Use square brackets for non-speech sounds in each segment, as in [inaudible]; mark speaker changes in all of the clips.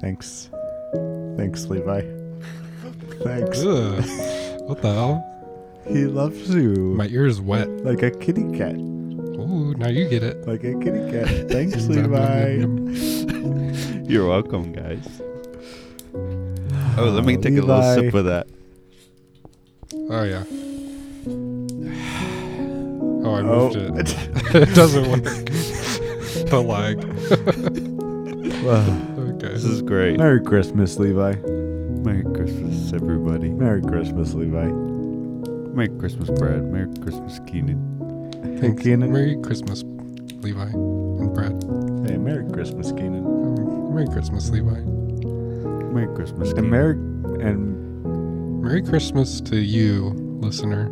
Speaker 1: Thanks. Thanks, Levi. Thanks.
Speaker 2: Ugh. What the hell?
Speaker 1: He loves you.
Speaker 2: My ear's wet.
Speaker 1: like a kitty cat.
Speaker 2: Ooh, now you get it.
Speaker 1: Like a kitty cat.
Speaker 3: [laughs]
Speaker 1: Thanks,
Speaker 2: Nom, nom,
Speaker 1: Levi.
Speaker 2: nom, nom.
Speaker 3: You're welcome, guys. Oh, let me take a little
Speaker 1: Levi.
Speaker 3: sip of that.
Speaker 2: Oh, yeah. [sighs] Oh, I
Speaker 1: Oh.
Speaker 2: moved it. [laughs] it doesn't work. [laughs] the lag.
Speaker 1: Well,
Speaker 2: Okay.
Speaker 3: This is great.
Speaker 1: Merry Christmas, Levi.
Speaker 3: Merry Christmas, everybody.
Speaker 1: Merry Christmas, Levi.
Speaker 3: Merry Christmas, Brad. Merry Christmas, Keenan.
Speaker 2: Thanks.
Speaker 1: Keenan.
Speaker 2: Merry Christmas, Levi and Brad.
Speaker 1: Hey, Merry Christmas, Keenan.
Speaker 2: Um, Merry Christmas, Levi.
Speaker 3: Merry Christmas,
Speaker 1: And
Speaker 3: Keenan.
Speaker 1: Merry and
Speaker 2: Merry Christmas to you, listener.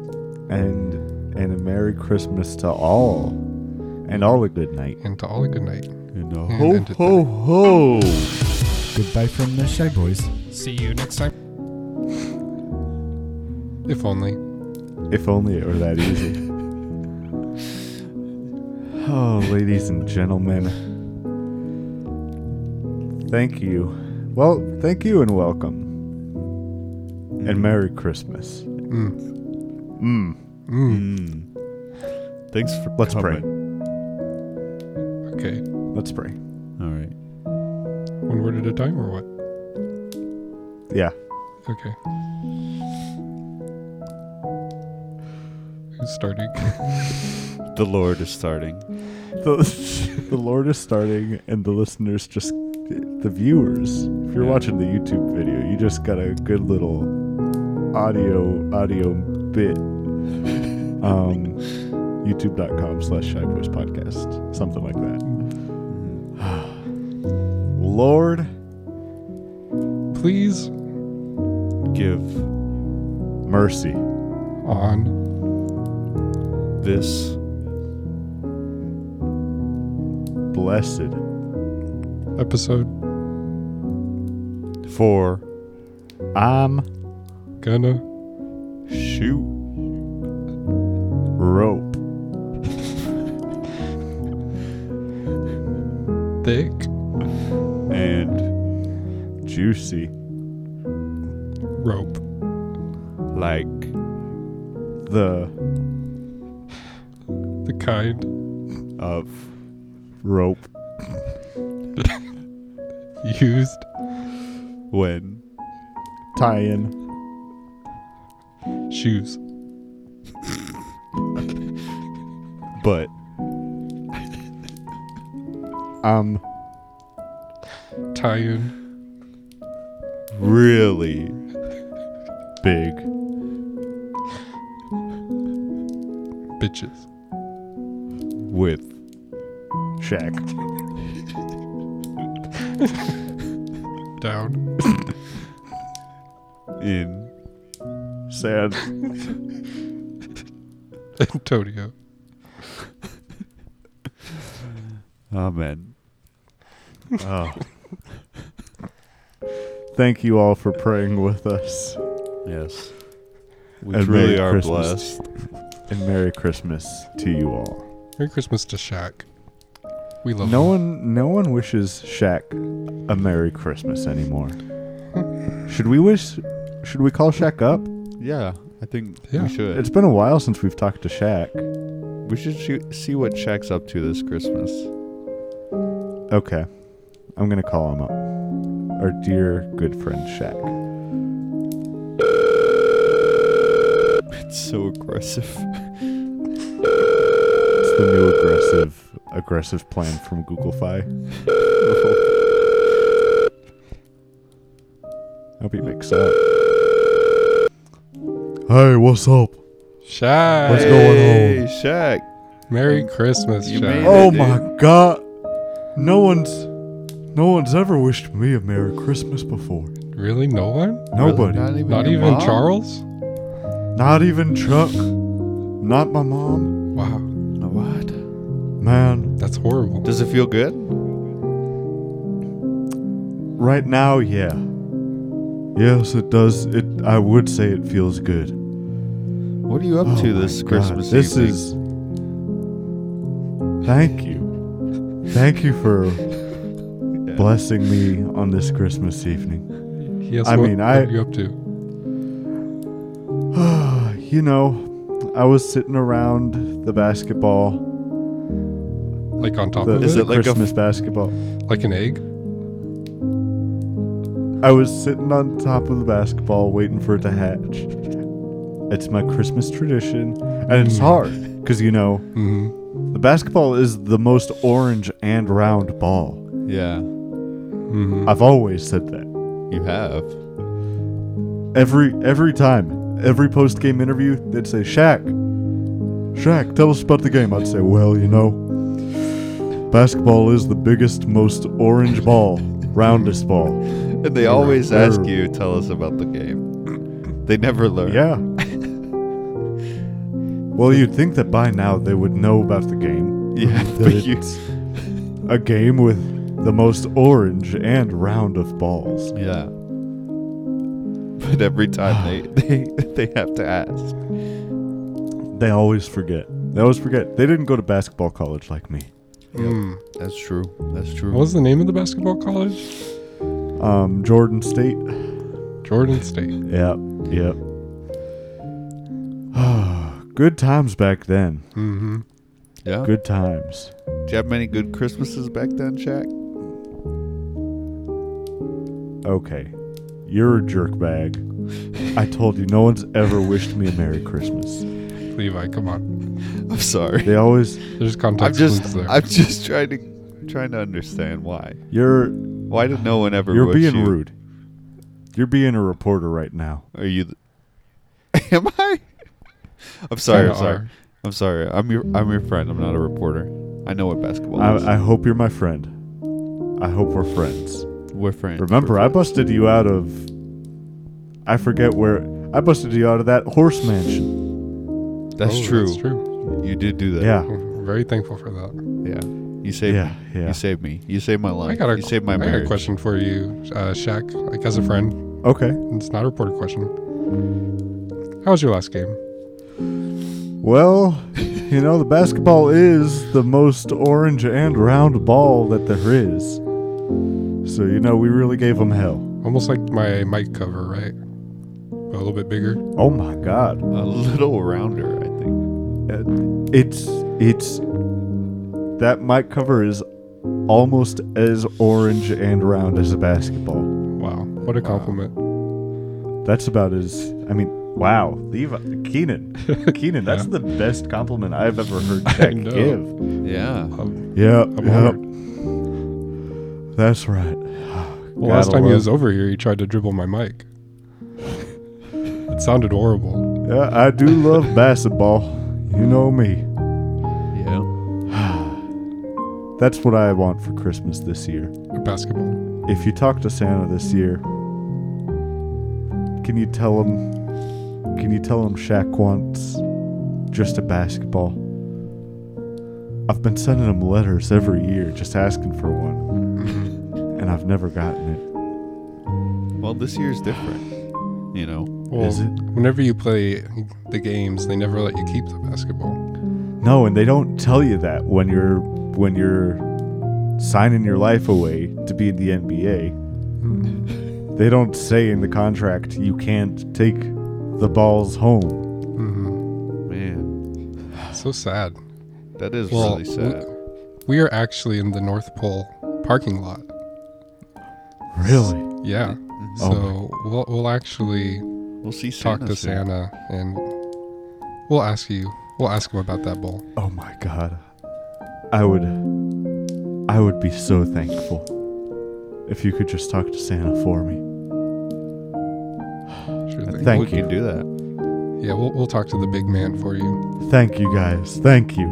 Speaker 1: and and a Merry Christmas to all. And all a good night.
Speaker 2: and to all a good night.
Speaker 3: and a
Speaker 2: And
Speaker 3: ho
Speaker 2: end it
Speaker 3: ho ho.
Speaker 4: Goodbye from the Shy Boys.
Speaker 2: See you next time. [laughs] If only.
Speaker 1: If only it were that easy. oh, ladies and gentlemen. Thank you. Well, thank you and welcome. And Merry Christmas.
Speaker 2: Mm.
Speaker 1: Mm.
Speaker 2: Mm.
Speaker 3: Mm. Thanks for
Speaker 4: Oh,
Speaker 1: Let's pray.
Speaker 3: coming.
Speaker 2: Okay.
Speaker 1: Let's pray.
Speaker 3: All right.
Speaker 2: One word at a time or what?
Speaker 1: Yeah.
Speaker 2: Okay. Who's starting? [laughs]
Speaker 3: The Lord is starting.
Speaker 1: The, [laughs] the Lord is starting, and the listeners just, the viewers. If you're
Speaker 3: Yeah.
Speaker 1: watching the YouTube video, you just got a good little audio audio
Speaker 3: [laughs]
Speaker 1: bit. Um, YouTube.com slash Shy Boys Podcast, something like that.
Speaker 3: Mm-hmm. [sighs]
Speaker 1: Lord,
Speaker 2: Please
Speaker 3: Give
Speaker 1: mercy
Speaker 2: on
Speaker 3: this
Speaker 1: blessed
Speaker 2: episode
Speaker 3: for
Speaker 1: I'm
Speaker 2: gonna
Speaker 3: shoot
Speaker 1: rope
Speaker 2: thick
Speaker 3: and
Speaker 1: juicy
Speaker 2: rope
Speaker 3: like
Speaker 1: the
Speaker 2: the kind
Speaker 3: of
Speaker 1: rope
Speaker 2: used
Speaker 3: when
Speaker 1: tie-in
Speaker 2: shoes
Speaker 3: but [laughs]
Speaker 1: I'm
Speaker 2: tie in
Speaker 3: really
Speaker 1: big
Speaker 2: bitches
Speaker 3: with
Speaker 1: shack
Speaker 2: down [laughs]
Speaker 3: in
Speaker 1: sad
Speaker 2: Antonio
Speaker 3: amen
Speaker 1: Oh. Thank you all for praying with us.
Speaker 3: yes we
Speaker 1: And
Speaker 3: really
Speaker 1: Merry
Speaker 3: are
Speaker 1: Christmas.
Speaker 3: blessed
Speaker 1: And Merry Christmas to you all.
Speaker 2: Merry Christmas to Shaq we love
Speaker 1: No
Speaker 2: him.
Speaker 1: one no one wishes Shaq a Merry Christmas anymore. Should we wish should we call Shaq up?
Speaker 3: yeah I think
Speaker 2: Yeah.
Speaker 3: we should
Speaker 1: It's been a while since we've talked to Shaq.
Speaker 3: we should shoot, see what Shaq's up to this Christmas
Speaker 1: Okay. I'm gonna call him up. Our dear good friend Shaq.
Speaker 3: it's so aggressive
Speaker 1: It's the new aggressive aggressive plan from Google Fi. [laughs] I hope he wakes up. Hey, what's up?
Speaker 2: Shaq
Speaker 1: What's going
Speaker 3: hey Shaq
Speaker 2: Merry Christmas,
Speaker 3: You
Speaker 2: Shaq.
Speaker 3: made it.
Speaker 1: Oh
Speaker 3: dude.
Speaker 1: my god. No one's No one's ever wished me a Merry Christmas before.
Speaker 2: Really? No one?
Speaker 1: Nobody.
Speaker 5: Not even,
Speaker 2: Not
Speaker 5: your
Speaker 2: even
Speaker 5: mom?
Speaker 2: Charles?
Speaker 1: Not even Chuck. Not my mom.
Speaker 2: Wow.
Speaker 3: What?
Speaker 1: Man,
Speaker 2: That's horrible.
Speaker 3: Does it feel good?
Speaker 1: right now, yeah. Yes, it does. It. I would say it feels good.
Speaker 3: What are you up
Speaker 1: Oh
Speaker 3: to
Speaker 1: my
Speaker 3: this
Speaker 1: God,
Speaker 3: Christmas
Speaker 1: This
Speaker 3: evening?
Speaker 1: is. Thank you, thank you for blessing me on this Christmas evening. [sighs]
Speaker 2: Yes,
Speaker 1: I
Speaker 2: what,
Speaker 1: mean,
Speaker 2: what
Speaker 1: I-
Speaker 2: are you up to?
Speaker 1: you know, I was sitting around the basketball,
Speaker 2: Like on top
Speaker 1: the,
Speaker 2: of
Speaker 3: Is
Speaker 2: it?
Speaker 3: it like a-
Speaker 1: Christmas basketball.
Speaker 2: Like an egg?
Speaker 1: I was sitting on top of the basketball waiting for it to hatch. It's my Christmas tradition, and it's
Speaker 2: Mm.
Speaker 1: hard because you know
Speaker 2: Mm-hmm.
Speaker 1: the basketball is the most orange and round ball.
Speaker 3: yeah, Mm.
Speaker 2: Mm-hmm.
Speaker 1: I've always said that.
Speaker 3: you have.
Speaker 1: Every every time, every post game interview, they'd say, "Shaq, Shaq, tell us about the game." I'd say, "Well, you know, basketball is the biggest, most orange ball, roundest ball."
Speaker 3: And they always
Speaker 1: They're-
Speaker 3: ask you, tell us about the game. They never learn.
Speaker 1: Yeah. well, you'd think that by now they would know about the game.
Speaker 3: [laughs] Yeah,
Speaker 1: That
Speaker 3: but you.
Speaker 1: it's a game with the most orange and round of balls.
Speaker 3: Yeah. But every [sighs] time they, they they have to ask.
Speaker 1: They always forget. They always forget. They didn't go to basketball college like me.
Speaker 2: Mm.
Speaker 3: That's true. That's true.
Speaker 2: What was the name of the basketball college?
Speaker 1: Um, Jordan State.
Speaker 2: Jordan State.
Speaker 1: Yep. Yep. [sighs] good times back then.
Speaker 2: Mm-hmm.
Speaker 3: yeah.
Speaker 1: Good times.
Speaker 3: Did you have many good Christmases back then, Shaq?
Speaker 1: Okay. You're a jerk bag. I told you no one's ever wished me a Merry Christmas.
Speaker 2: Levi, come on.
Speaker 3: I'm sorry.
Speaker 1: They always
Speaker 2: There's
Speaker 3: I'm
Speaker 2: context
Speaker 3: just
Speaker 2: clues there.
Speaker 3: I'm just trying to trying to understand why.
Speaker 1: You're
Speaker 3: Why did no one ever?
Speaker 1: you're
Speaker 3: wish
Speaker 1: being
Speaker 3: you-
Speaker 1: rude. You're being a reporter right now.
Speaker 3: Are you? th- [laughs] am I? I'm sorry.
Speaker 2: Kinda
Speaker 3: I'm sorry.
Speaker 2: are.
Speaker 3: I'm sorry. I'm your I'm your friend. I'm not a reporter. I know what basketball is.
Speaker 1: I, I hope you're my friend. I hope we're friends.
Speaker 3: We're friends.
Speaker 1: Remember, I busted you out of I forget where I busted you out of that horse mansion.
Speaker 3: That's,
Speaker 2: Oh,
Speaker 3: true.
Speaker 2: That's true.
Speaker 3: You did do that.
Speaker 1: Yeah.
Speaker 2: I'm very thankful for that.
Speaker 3: Yeah. You saved
Speaker 1: Yeah,
Speaker 3: me.
Speaker 1: yeah.
Speaker 3: You saved me. You saved my life.
Speaker 2: I got a,
Speaker 3: you saved my
Speaker 2: I got a
Speaker 3: marriage.
Speaker 2: question for you, uh, Shaq, like as a friend.
Speaker 1: Okay.
Speaker 2: It's not a reporter question. How was your last game?
Speaker 1: Well, you know, the basketball is the most orange and round ball that there is. So, you know, we really gave them hell.
Speaker 2: Almost like my mic cover, right? A little bit bigger.
Speaker 1: Oh my god.
Speaker 3: A little rounder, I think.
Speaker 1: Uh, It's it's that mic cover is almost as orange and round as a basketball.
Speaker 2: Wow. What a
Speaker 3: Wow.
Speaker 2: compliment.
Speaker 1: That's about as I mean, wow, Levi
Speaker 2: [laughs]
Speaker 1: Keenan, Keenan, that's
Speaker 2: Yeah.
Speaker 1: the best compliment I've ever
Speaker 2: [laughs]
Speaker 1: heard Jack
Speaker 2: know.
Speaker 1: give.
Speaker 3: Yeah.
Speaker 2: Um,
Speaker 1: Yep,
Speaker 2: I'm
Speaker 1: yep,
Speaker 2: honored.
Speaker 1: that's right. [sighs]
Speaker 2: Well, last
Speaker 1: Gotta
Speaker 2: time he
Speaker 1: love-
Speaker 2: was over here, he tried to dribble my mic. it sounded horrible.
Speaker 1: Yeah, I do love basketball. You know me.
Speaker 3: Yeah.
Speaker 1: That's what I want for Christmas this year.
Speaker 2: Basketball.
Speaker 1: if you talk to Santa this year, can you tell him? Can you tell him Shaq wants just a basketball? I've been sending him letters every year, just asking for one, and I've never gotten it.
Speaker 3: Well, this year's different. You know.
Speaker 2: Well,
Speaker 1: Is it?
Speaker 2: whenever you play the games, they never let you keep the basketball.
Speaker 1: No, and they don't tell you that when you're when you're signing your life away to be in the NBA. Hmm. They don't say in the contract you can't take the balls home.
Speaker 3: Man.
Speaker 2: Mm-hmm. So sad.
Speaker 3: That is
Speaker 2: Well,
Speaker 3: really sad.
Speaker 2: We are actually in the North Pole parking lot.
Speaker 1: Really?
Speaker 2: Yeah.
Speaker 1: Oh
Speaker 2: So we'll, we'll actually
Speaker 3: We'll see Santa
Speaker 2: talk to
Speaker 3: soon.
Speaker 2: Santa and we'll ask you. We'll ask him about that bowl.
Speaker 1: Oh my god. I would I would be so thankful if you could just talk to Santa for me.
Speaker 2: Sure thing.
Speaker 1: Thank
Speaker 3: we
Speaker 1: you.
Speaker 3: can do that.
Speaker 2: Yeah, we'll, we'll talk to the big man for you.
Speaker 1: Thank you guys. Thank you.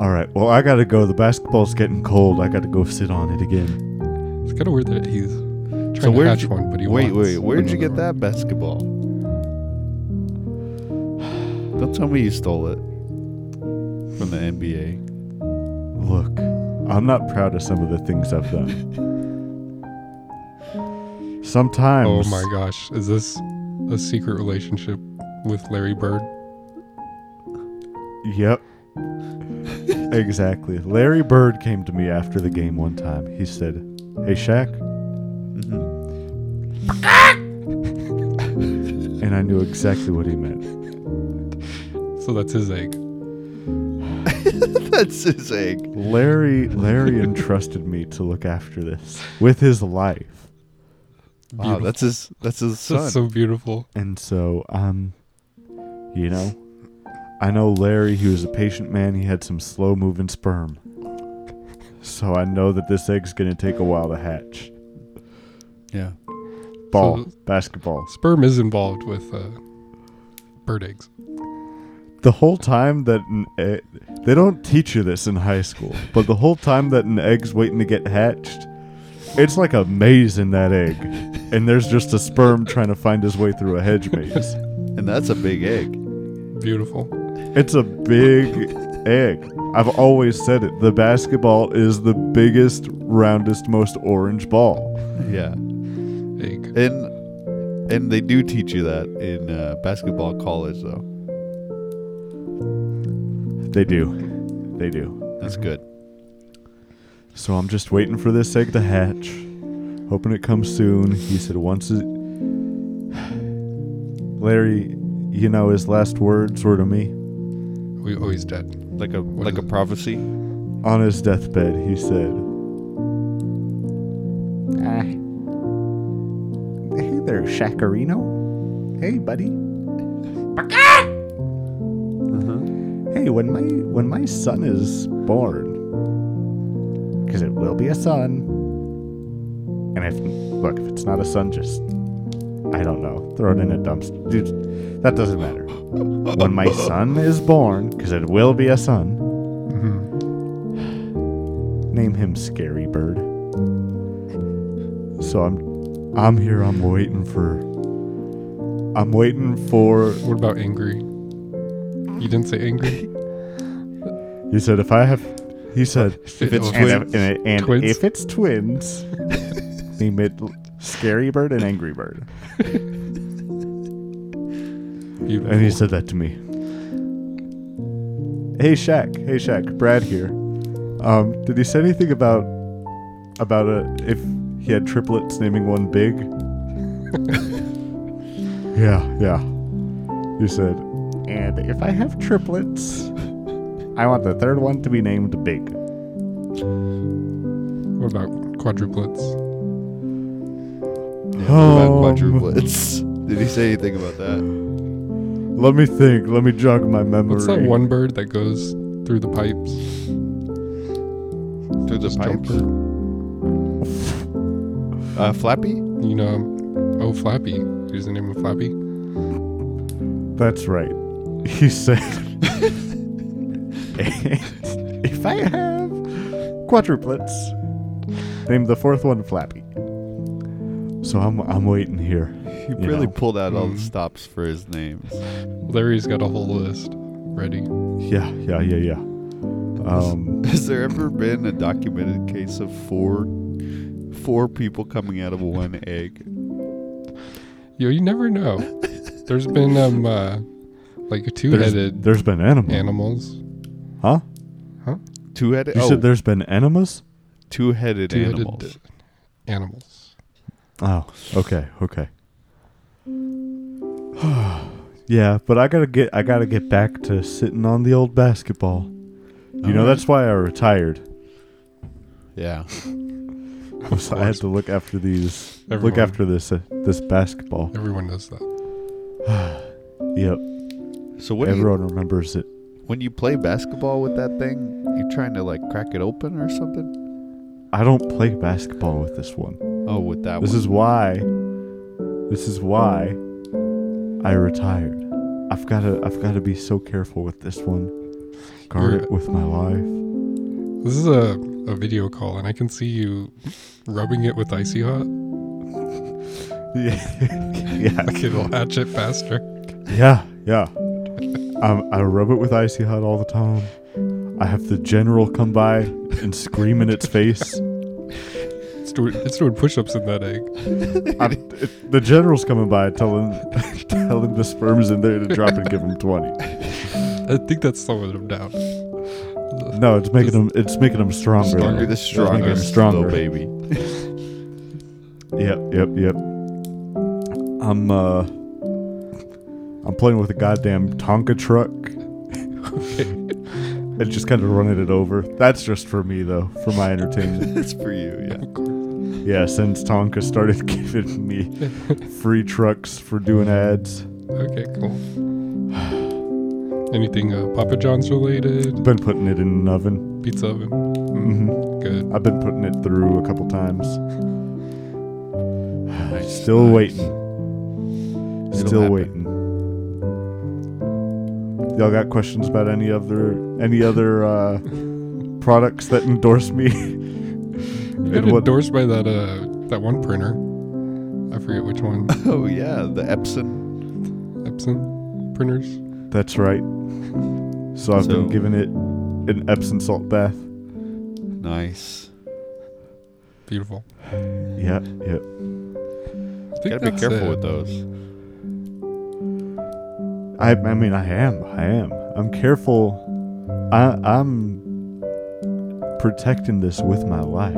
Speaker 1: All right. Well, I got to go. The basketball's getting cold. I got to go sit on it again.
Speaker 6: It's kind of weird that he's trying to
Speaker 3: where'd
Speaker 6: hatch
Speaker 3: you-
Speaker 6: one, but he
Speaker 3: wait,
Speaker 6: wants
Speaker 3: wait, where'd you
Speaker 6: another
Speaker 3: get that
Speaker 6: one.
Speaker 3: basketball? [sighs] Don't tell me you stole it from the NBA.
Speaker 1: Look, I'm not proud of some of the things I've done.
Speaker 6: Oh
Speaker 1: Sometimes.
Speaker 6: my gosh, is this a secret relationship with Larry Bird?
Speaker 1: Yep. exactly. Larry Bird came to me after the game one time. He said, Hey, Shaq. and I knew exactly what he meant.
Speaker 6: So that's his egg.
Speaker 3: [laughs] That's his egg.
Speaker 1: Larry Larry entrusted me to look after this with his life.
Speaker 3: Wow, that's his. That's his son.
Speaker 6: That's so beautiful.
Speaker 1: And so, um, you know, I know Larry, he was a patient man. He had some slow moving sperm. So I know that this egg's going to take a while to hatch.
Speaker 3: yeah.
Speaker 1: Ball,
Speaker 6: So-
Speaker 1: basketball.
Speaker 6: Sperm is involved with uh, bird eggs.
Speaker 1: The whole time that an egg, they don't teach you this in high school, but the whole time that an egg's waiting to get hatched, it's like a maze in that egg. And there's just a sperm trying to find his way through a hedge maze.
Speaker 3: And that's a big egg.
Speaker 6: Beautiful.
Speaker 1: It's a big egg. I've always said it. The basketball is the biggest, roundest, most orange ball.
Speaker 3: Yeah.
Speaker 6: Egg.
Speaker 3: And and they do teach you that in uh, basketball college though.
Speaker 1: They do. They do.
Speaker 3: That's good.
Speaker 1: So I'm just waiting for this egg to hatch. Hoping it comes soon. He said once it. Larry, you know, his last words were to me.
Speaker 6: We always dead.
Speaker 3: Like a like a prophecy.
Speaker 1: On his deathbed, he said, "Uh, Hey there, Shacarino. Hey, buddy.
Speaker 3: Mm-hmm.
Speaker 1: Hey, when my when my son is born, because it will be a son. And if look, if it's not a son, just I don't know, throw it in a dumpster. Dude, that doesn't matter. When my son is born, because it will be a son.
Speaker 6: Mm-hmm.
Speaker 1: Name him Scary Bird. So I'm I'm here, I'm waiting for I'm waiting for
Speaker 6: What about angry? You didn't say
Speaker 3: [laughs]
Speaker 6: angry.
Speaker 1: he said if I have he said
Speaker 3: If it's
Speaker 1: and,
Speaker 6: twins,
Speaker 1: if, and, and
Speaker 6: Twins.
Speaker 1: if it's [laughs] twins name it Scary Bird and Angry Bird.
Speaker 6: beautiful.
Speaker 1: And he said that to me. Hey Shaq, hey Shaq, Brad here. Um, did he say anything about about a if he had triplets naming one [laughs] big? yeah, yeah. He said, and if I have triplets, I want the third one to be named Big.
Speaker 6: what about quadruplets?
Speaker 3: Yeah, what about
Speaker 1: Um, [laughs]
Speaker 3: quadruplets? Did he say anything about that?
Speaker 1: Let me think. Let me jog my memory.
Speaker 6: What's that one bird that goes through the pipes?
Speaker 3: Through the
Speaker 6: Just
Speaker 3: pipes?
Speaker 6: jumper?
Speaker 3: Uh, Flappy?
Speaker 6: You know, oh Flappy. Here's the name of Flappy.
Speaker 1: That's right. He said, [laughs] If I have quadruplets, name the fourth one Flappy. So I'm, I'm waiting here.
Speaker 3: He
Speaker 1: You
Speaker 3: really
Speaker 1: know.
Speaker 3: pulled out all the
Speaker 6: Mhm.
Speaker 3: stops for his names.
Speaker 6: Larry's got a whole list ready.
Speaker 1: Yeah, yeah, yeah, yeah. Um,
Speaker 3: Has there ever been a documented case of four four people coming out of one egg?
Speaker 6: Yo, you never know. There's been um uh, like
Speaker 1: there's,
Speaker 6: two-headed
Speaker 1: there's been animals.
Speaker 6: animals.
Speaker 1: huh?
Speaker 3: Two headed
Speaker 1: You
Speaker 3: oh,
Speaker 1: said there's been enemas?
Speaker 3: two headed
Speaker 6: Two-headed
Speaker 3: animals.
Speaker 6: animals.
Speaker 1: Oh, okay, okay. [sighs] yeah, but I gotta get I gotta get back to sitting on the old basketball. You know
Speaker 3: Alright.
Speaker 1: that's why I retired.
Speaker 3: Yeah.
Speaker 1: So I had to look after these. Look
Speaker 6: Everyone.
Speaker 1: after this uh, this basketball.
Speaker 6: Everyone knows that.
Speaker 1: Yep.
Speaker 3: So what do you,
Speaker 1: Everyone remembers it.
Speaker 3: when you play basketball with that thing, you trying to like crack it open or something?
Speaker 1: I don't play basketball with this one.
Speaker 3: Oh, with that
Speaker 1: This
Speaker 3: one.
Speaker 1: is why. This is why I retired. I've gotta. I've gotta be so careful with this one. Guard
Speaker 6: You're-
Speaker 1: it with my life.
Speaker 6: This is a
Speaker 2: a video call and I can see you rubbing it with Icy Hot.
Speaker 1: yeah,
Speaker 2: Like it'll hatch it faster.
Speaker 1: yeah, yeah. Um, I rub it with icy hot all the time. I have the general come by and scream in its face.
Speaker 2: It's doing, it's doing push ups in that egg.
Speaker 1: [laughs] I, the general's coming by, tell [laughs] him, tell him the sperm's in there to drop and give him twenty.
Speaker 2: I think that's slowing them down.
Speaker 1: No, it's making him. It's making him stronger.
Speaker 3: Stronger, the
Speaker 1: Making him
Speaker 3: strongest,
Speaker 1: stronger.
Speaker 3: little baby.
Speaker 1: Yep, yep, yep. I'm uh I'm playing with a goddamn Tonka truck. [laughs] and just kind of running it over. That's just for me though, for my
Speaker 3: [laughs]
Speaker 1: entertainment.
Speaker 3: That's for you, yeah.
Speaker 1: yeah, since Tonka started [laughs] giving me free trucks for doing ads.
Speaker 2: Okay, cool. [sighs] Anything uh, Papa John's related?
Speaker 1: Been putting it in an oven.
Speaker 2: Pizza oven.
Speaker 1: hmm
Speaker 2: Good.
Speaker 1: I've been putting it through a couple times. Still waiting. Still
Speaker 3: happen.
Speaker 1: waiting. Y'all got questions about any other any other uh, products that endorse me? [laughs]
Speaker 2: You got
Speaker 1: And what-
Speaker 2: endorsed by that uh that one printer. I forget which
Speaker 3: [laughs]
Speaker 2: one.
Speaker 3: Oh yeah, the Epson.
Speaker 2: Epson printers.
Speaker 1: That's right. So I've
Speaker 3: So-
Speaker 1: been giving it an Epsom salt bath.
Speaker 3: Nice.
Speaker 2: Beautiful.
Speaker 1: Yeah,
Speaker 2: I
Speaker 1: yeah.
Speaker 2: think
Speaker 3: Gotta be
Speaker 2: that's
Speaker 3: careful
Speaker 2: it.
Speaker 3: with those.
Speaker 1: I I mean I am. I am. I'm careful. I I'm protecting this with my life.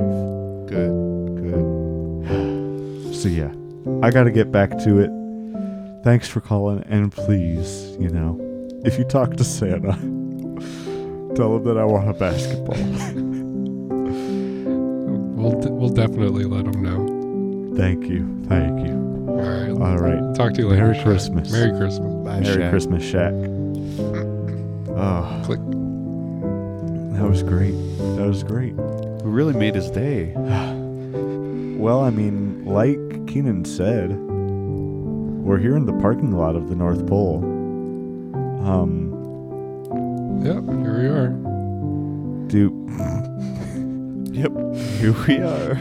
Speaker 3: Good, good.
Speaker 1: So yeah, I got to get back to it. Thanks for calling, and please, you know, if you talk to Santa, [laughs] tell him that I want a basketball.
Speaker 2: We'll d- we'll definitely let them know.
Speaker 1: Thank you, thank you.
Speaker 2: All right.
Speaker 1: All right,
Speaker 2: Talk to you later.
Speaker 1: Merry
Speaker 2: Shaq.
Speaker 1: Christmas.
Speaker 2: Merry Christmas.
Speaker 3: Bye,
Speaker 1: Merry
Speaker 3: Shaq.
Speaker 1: Christmas, Shaq. Oh,
Speaker 2: Click.
Speaker 1: that was great. That was great.
Speaker 3: We really made his day.
Speaker 1: Well, I mean, like Keenan said, we're here in the parking lot of the North Pole. Um.
Speaker 2: Yep. Here we are.
Speaker 1: Do
Speaker 3: Yep. [laughs] Here we are.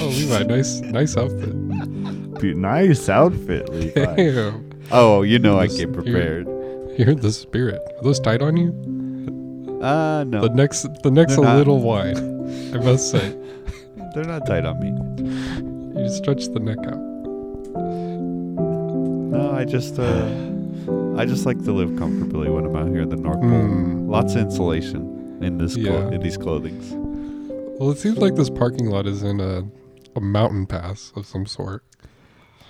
Speaker 2: Oh, Levi,
Speaker 3: [laughs]
Speaker 2: nice nice outfit.
Speaker 1: be nice outfit,
Speaker 2: [laughs]
Speaker 1: Levi.
Speaker 2: Damn.
Speaker 3: Oh, you know I
Speaker 2: Just
Speaker 3: get
Speaker 2: here.
Speaker 3: prepared.
Speaker 2: You're in the spirit. Are those tight on you?
Speaker 3: Uh no.
Speaker 2: The next the next a
Speaker 3: They're not. [laughs]
Speaker 2: little wide. I must say.
Speaker 3: They're not tight on me.
Speaker 2: You stretch the neck out.
Speaker 3: No, I just uh I just like to live comfortably when I'm out here in the North Pole.
Speaker 2: Mm.
Speaker 3: Lots of insulation in this clo-
Speaker 2: Yeah.
Speaker 3: in these clothings.
Speaker 2: Well, it seems like this parking lot is in a a mountain pass of some sort.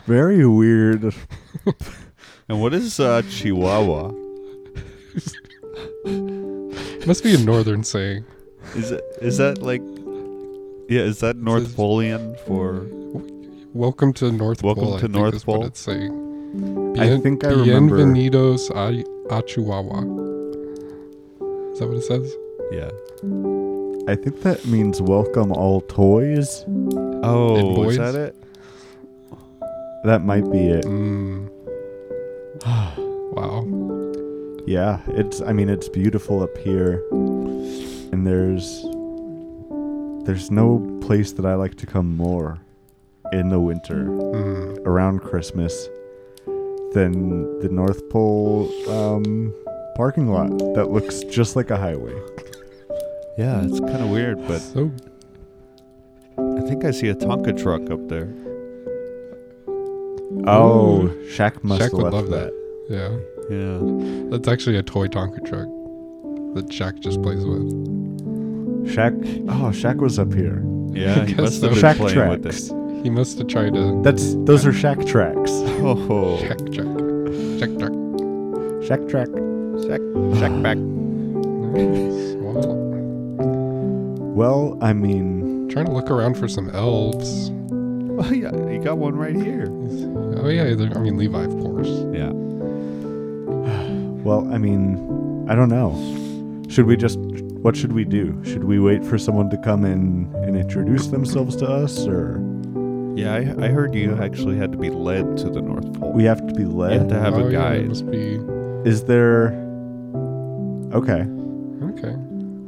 Speaker 1: Very weird.
Speaker 3: And what is uh Chihuahua?
Speaker 2: Must be a northern saying.
Speaker 3: Is it is that like yeah, is that North Polean for
Speaker 2: Welcome to North
Speaker 3: Welcome
Speaker 2: Pole. I
Speaker 3: to
Speaker 2: think
Speaker 3: North
Speaker 2: is
Speaker 3: Pole.
Speaker 2: What it's saying.
Speaker 1: I
Speaker 2: Bien-
Speaker 1: think I remember-
Speaker 2: Bienvenidos a, a Chihuahua. Is that what it says?
Speaker 3: yeah.
Speaker 1: I think that means welcome all toys.
Speaker 3: Oh,
Speaker 2: boys?
Speaker 3: is that it?
Speaker 1: That might be it.
Speaker 2: Mm. wow.
Speaker 1: Yeah, it's I mean it's beautiful up here. And there's there's no place that I like to come more in the winter
Speaker 2: Mm.
Speaker 1: around Christmas than the North Pole um, parking lot that looks just like a highway.
Speaker 3: Yeah, it's kind of weird, but
Speaker 2: So
Speaker 3: I think I see a Tonka truck up there.
Speaker 1: Oh, Shaq must
Speaker 2: Shaq
Speaker 1: have
Speaker 2: would
Speaker 1: left
Speaker 2: love
Speaker 1: that.
Speaker 2: that. yeah,
Speaker 3: Yeah.
Speaker 2: that's actually a toy Tonka truck that Shaq just plays with.
Speaker 1: Shaq Oh, Shaq was up here.
Speaker 3: Yeah, he
Speaker 2: guess
Speaker 3: must have
Speaker 2: so.
Speaker 3: been
Speaker 1: Shaq
Speaker 3: playing with
Speaker 1: tracks.
Speaker 3: it.
Speaker 2: He must have tried to
Speaker 1: That's those are Shaq tracks.
Speaker 3: [laughs] Oh,
Speaker 2: Shaq Jack. Shaq Jack.
Speaker 1: Shaq track.
Speaker 3: Shaq, Shaq back.
Speaker 2: Nice. Well,
Speaker 1: Well, I mean,
Speaker 2: trying to look around for some elves.
Speaker 3: Oh yeah, you got one right here.
Speaker 2: Oh yeah, they're- I mean Levi, of course.
Speaker 3: Yeah.
Speaker 1: well, I mean, I don't know. Should we just what should we do? Should we wait for someone to come in and introduce themselves to us or
Speaker 3: Yeah, I, I heard you actually had to be led to the North Pole.
Speaker 1: we have to be
Speaker 3: you had
Speaker 1: led?
Speaker 3: to have
Speaker 2: oh, yeah,
Speaker 3: a
Speaker 2: it
Speaker 3: guide.
Speaker 2: must be
Speaker 1: Is there Okay.
Speaker 2: okay.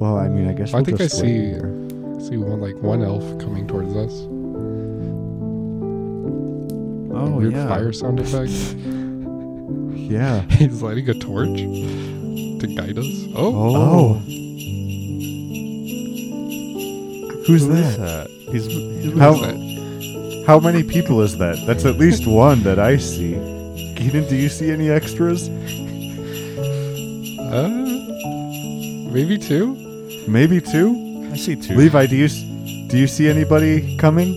Speaker 1: Well, I mean, I guess
Speaker 2: I
Speaker 1: we'll
Speaker 2: think I
Speaker 1: just wait
Speaker 2: see-
Speaker 1: here.
Speaker 6: See one like one elf coming towards us.
Speaker 1: Oh
Speaker 6: Weird
Speaker 1: yeah,
Speaker 6: fire sound
Speaker 1: [laughs]
Speaker 6: effect. [laughs]
Speaker 1: yeah.
Speaker 6: He's lighting a torch to guide us. Oh,
Speaker 1: Oh. Who's
Speaker 3: Who is
Speaker 1: that?
Speaker 3: that? He's, he's
Speaker 1: How-
Speaker 3: with that.
Speaker 1: How many people is that? That's at least one that I see. Keenan, do you see any extras?
Speaker 6: uh, maybe two.
Speaker 1: Maybe two.
Speaker 3: I see two.
Speaker 1: Levi, do you s- do you see anybody coming?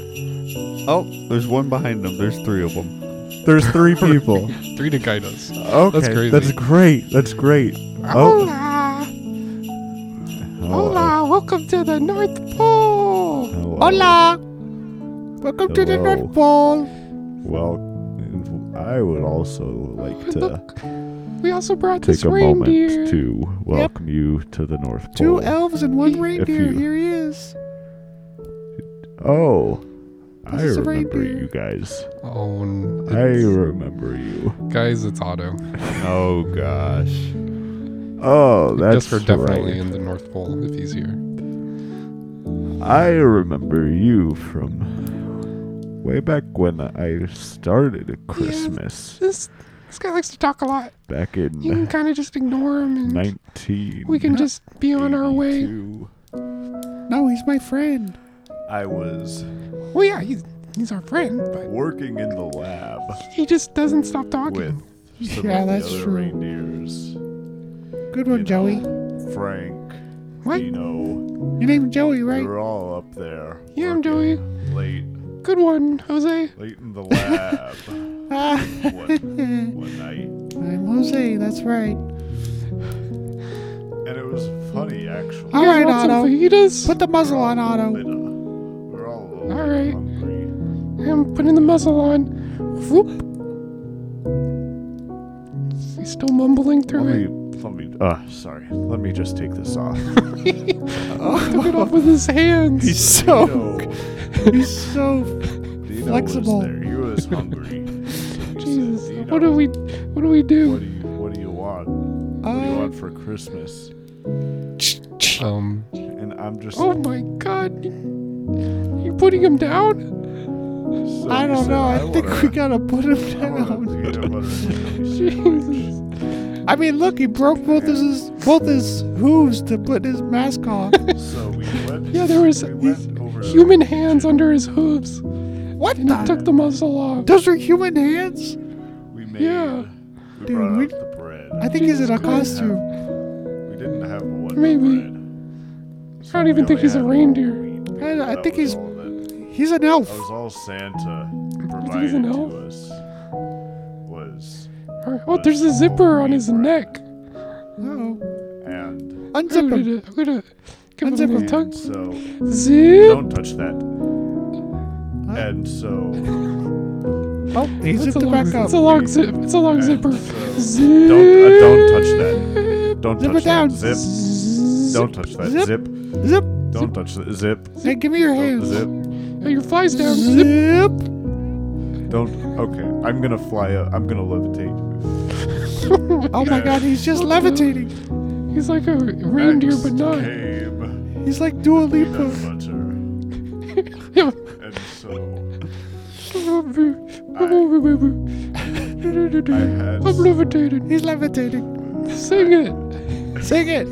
Speaker 3: Oh, there's one behind them. There's three of them.
Speaker 1: There's
Speaker 6: [laughs]
Speaker 1: three people.
Speaker 6: Three to guide us.
Speaker 1: Okay,
Speaker 6: That's crazy.
Speaker 1: great. That's great. Oh, oh,
Speaker 6: welcome to the North Pole.
Speaker 1: Hello.
Speaker 6: welcome
Speaker 1: to the Hello. North
Speaker 6: Pole.
Speaker 1: well, I would also like to
Speaker 6: We also brought
Speaker 1: take a moment to welcome you to the North Pole.
Speaker 3: elves and one
Speaker 1: reindeer. you- Here
Speaker 3: he is.
Speaker 1: Oh, I
Speaker 3: is a
Speaker 1: remember
Speaker 3: reindeer.
Speaker 1: you guys.
Speaker 6: Oh,
Speaker 1: I
Speaker 6: n-
Speaker 1: remember you.
Speaker 6: guys, it's Otto.
Speaker 3: Oh gosh.
Speaker 1: Oh, that's
Speaker 6: Guess we're definitely
Speaker 1: right.
Speaker 6: in the North Pole if he's here.
Speaker 1: I remember you from way back when I started at Christmas
Speaker 6: This this guy likes to talk a lot.
Speaker 1: back in [laughs]
Speaker 6: kind of just ignore him, and
Speaker 1: 19.
Speaker 6: just be
Speaker 3: No, he's my friend.
Speaker 1: I was
Speaker 6: Well, yeah, he's he's our friend, but
Speaker 1: working in the lab
Speaker 6: he just doesn't stop
Speaker 1: with some
Speaker 3: Yeah,
Speaker 1: of the
Speaker 3: that's
Speaker 1: other
Speaker 3: true.
Speaker 1: reindeers.
Speaker 3: Good
Speaker 1: one, Joey. Frank,
Speaker 6: What?
Speaker 1: you know,
Speaker 3: Your name's Joey,
Speaker 1: they were all up there.
Speaker 6: Yeah, I'm
Speaker 1: working
Speaker 6: Joey.
Speaker 1: Late,
Speaker 6: Good one,
Speaker 3: [laughs]
Speaker 6: Jose.
Speaker 1: late in
Speaker 6: [laughs]
Speaker 1: the lab. one, one night.
Speaker 3: I'm Jose. That's right.
Speaker 1: And it was funny, actually.
Speaker 3: All right, Otto.
Speaker 6: fajitas.
Speaker 3: the muzzle on Otto.
Speaker 1: But, uh, we're all a little
Speaker 6: All
Speaker 1: bit
Speaker 6: right.
Speaker 1: hungry.
Speaker 6: I'm putting the muzzle on. Whoop. He's still mumbling through
Speaker 1: Let
Speaker 6: it.
Speaker 1: me, let me, uh, sorry. Let me just take
Speaker 3: [laughs]
Speaker 1: this off.
Speaker 6: Took it off with his hands.
Speaker 3: He's
Speaker 1: [laughs]
Speaker 3: so
Speaker 1: Dino,
Speaker 3: he's so
Speaker 1: Dino
Speaker 3: Flexible.
Speaker 1: was there. He
Speaker 3: [laughs]
Speaker 1: was hungry. So we said,
Speaker 6: Jesus.
Speaker 1: "Dino,
Speaker 6: What do we? What do we
Speaker 1: What
Speaker 6: do? Uh,
Speaker 1: do you, what do you want? What do you want for Christmas?
Speaker 6: Um.
Speaker 1: And I'm just.
Speaker 6: Oh my God. You're putting him down.
Speaker 1: so
Speaker 3: I
Speaker 1: he
Speaker 3: don't
Speaker 1: said,
Speaker 3: know. I think
Speaker 1: wanna-
Speaker 3: we gotta put him
Speaker 1: I want
Speaker 3: down.
Speaker 1: a peanut
Speaker 3: [laughs]
Speaker 1: butter sandwich."
Speaker 6: Jesus.
Speaker 3: I mean, look, he broke both of his both his hooves to put his mask on.
Speaker 1: so we went.
Speaker 6: Yeah, there was
Speaker 1: we went over to the
Speaker 6: human hands under his hooves,
Speaker 3: What
Speaker 6: and he took the muzzle off.
Speaker 3: Those are human hands.
Speaker 1: We made. uh,
Speaker 6: Yeah.
Speaker 1: We
Speaker 3: Dude,
Speaker 1: brought
Speaker 3: we-
Speaker 1: out the bread.
Speaker 3: I think he's in a
Speaker 1: We didn't have-
Speaker 3: costume.
Speaker 1: We didn't have one
Speaker 6: Maybe.
Speaker 1: bread.
Speaker 6: I don't even think he's a reindeer.
Speaker 3: I, I
Speaker 1: That
Speaker 3: think
Speaker 1: was
Speaker 3: he's
Speaker 1: all that-
Speaker 3: he's an elf.
Speaker 1: that was all Santa
Speaker 6: he's
Speaker 1: provided
Speaker 6: an
Speaker 1: to
Speaker 6: elf.
Speaker 1: us. Was
Speaker 6: Oh, there's a zipper on his neck.
Speaker 3: Uh-oh.
Speaker 1: and
Speaker 6: I'm
Speaker 3: Unzip him.
Speaker 6: gonna, I'm gonna give him a
Speaker 3: Unzip
Speaker 6: little
Speaker 3: him.
Speaker 6: tug.
Speaker 1: and so
Speaker 6: Zip.
Speaker 1: don't touch that.
Speaker 3: Huh?
Speaker 1: And so
Speaker 3: Oh, he
Speaker 6: It's a,
Speaker 3: zipped it
Speaker 6: long,
Speaker 3: back up.
Speaker 6: it's a long zip. It's a long
Speaker 1: And
Speaker 6: zipper.
Speaker 1: so-
Speaker 6: Zip.
Speaker 1: Don't- uh, don't touch that. don't
Speaker 3: Zip
Speaker 1: touch
Speaker 3: it down.
Speaker 1: that zip. Don't touch that
Speaker 3: Zip.
Speaker 1: zip.
Speaker 3: Zip.
Speaker 1: Don't touch that zip.
Speaker 3: Hey, give me your
Speaker 1: Don't
Speaker 3: hands.
Speaker 1: zip.
Speaker 6: Oh, your fly's down. Zip.
Speaker 3: Zip.
Speaker 1: Don't. Okay, I'm gonna fly. Up. I'm gonna levitate.
Speaker 3: Oh my God, he's just levitating.
Speaker 6: He's like a reindeer,
Speaker 1: Next
Speaker 6: but not.
Speaker 1: Came
Speaker 3: He's like Dua Lipa.
Speaker 1: peanut
Speaker 6: [laughs]
Speaker 1: butter,
Speaker 6: Yeah.
Speaker 1: and so I
Speaker 6: I'm
Speaker 1: had.
Speaker 6: levitated.
Speaker 3: He's levitating.
Speaker 6: Sing it.
Speaker 3: Sing it.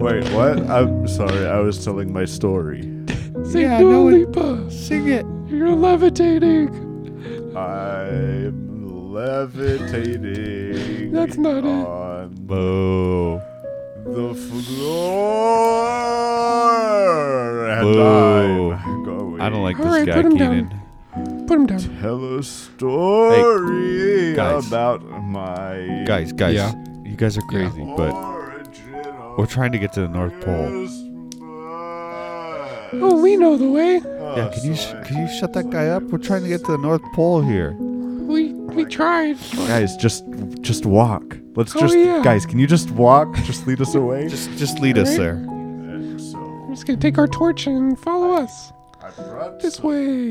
Speaker 1: Wait, what? I'm sorry. I was telling my story.
Speaker 6: Sing
Speaker 3: Yeah,
Speaker 6: yeah,
Speaker 3: no
Speaker 6: Dua
Speaker 3: one-
Speaker 6: Lipa.
Speaker 3: Sing it.
Speaker 6: You're levitating.
Speaker 1: I'm levitating.
Speaker 6: That's not it.
Speaker 1: on
Speaker 3: Boo.
Speaker 1: the floor, and
Speaker 3: Boo.
Speaker 1: I'm going.
Speaker 3: I don't like
Speaker 6: All
Speaker 3: this
Speaker 6: right,
Speaker 3: guy,
Speaker 6: put him down.
Speaker 3: Keenan.
Speaker 6: Put him down.
Speaker 1: Hello, story
Speaker 3: guys.
Speaker 1: about my
Speaker 3: Guys, guys,
Speaker 6: Yeah.
Speaker 3: you guys are
Speaker 6: Yeah.
Speaker 3: crazy, but we're trying to get to the North Pole.
Speaker 6: Oh, we know the way.
Speaker 3: Yeah, can you sh- can you shut that guy up? We're trying to get to the North Pole here.
Speaker 6: We we tried.
Speaker 1: guys just just walk. Let's
Speaker 6: Oh,
Speaker 1: just
Speaker 6: yeah.
Speaker 1: guys. Can you just walk? Just lead us away.
Speaker 3: [laughs] Just just lead us there.
Speaker 1: And so
Speaker 6: We're just gonna take our torch and follow us
Speaker 1: I brought
Speaker 6: this way.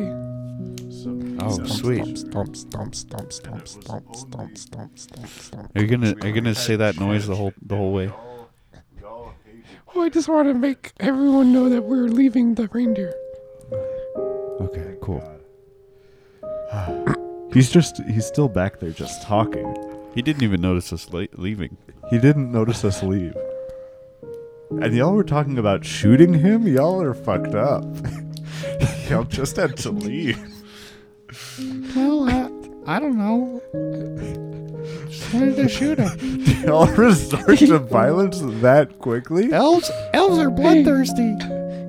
Speaker 1: some.
Speaker 3: Oh, sweet.
Speaker 6: Stomp, stomp, stomp, stomp, stomp, stomp, stomp, stomp, stomp.
Speaker 3: Are you gonna are you gonna say that noise the whole the whole way?
Speaker 1: Y'all, y'all hated
Speaker 6: Oh, I just want to make everyone know that we're leaving the reindeer.
Speaker 3: Okay, cool.
Speaker 1: [sighs] He's just, he's still back there just talking.
Speaker 3: He didn't even notice us late leaving.
Speaker 1: He didn't notice us leave. And y'all were talking about shooting him? Y'all are fucked up. [laughs] y'all just had to leave.
Speaker 6: Well, I, I don't know. Just wanted to shoot him.
Speaker 1: [laughs] Y'all resort to violence that quickly?
Speaker 7: Elves, elves are bloodthirsty.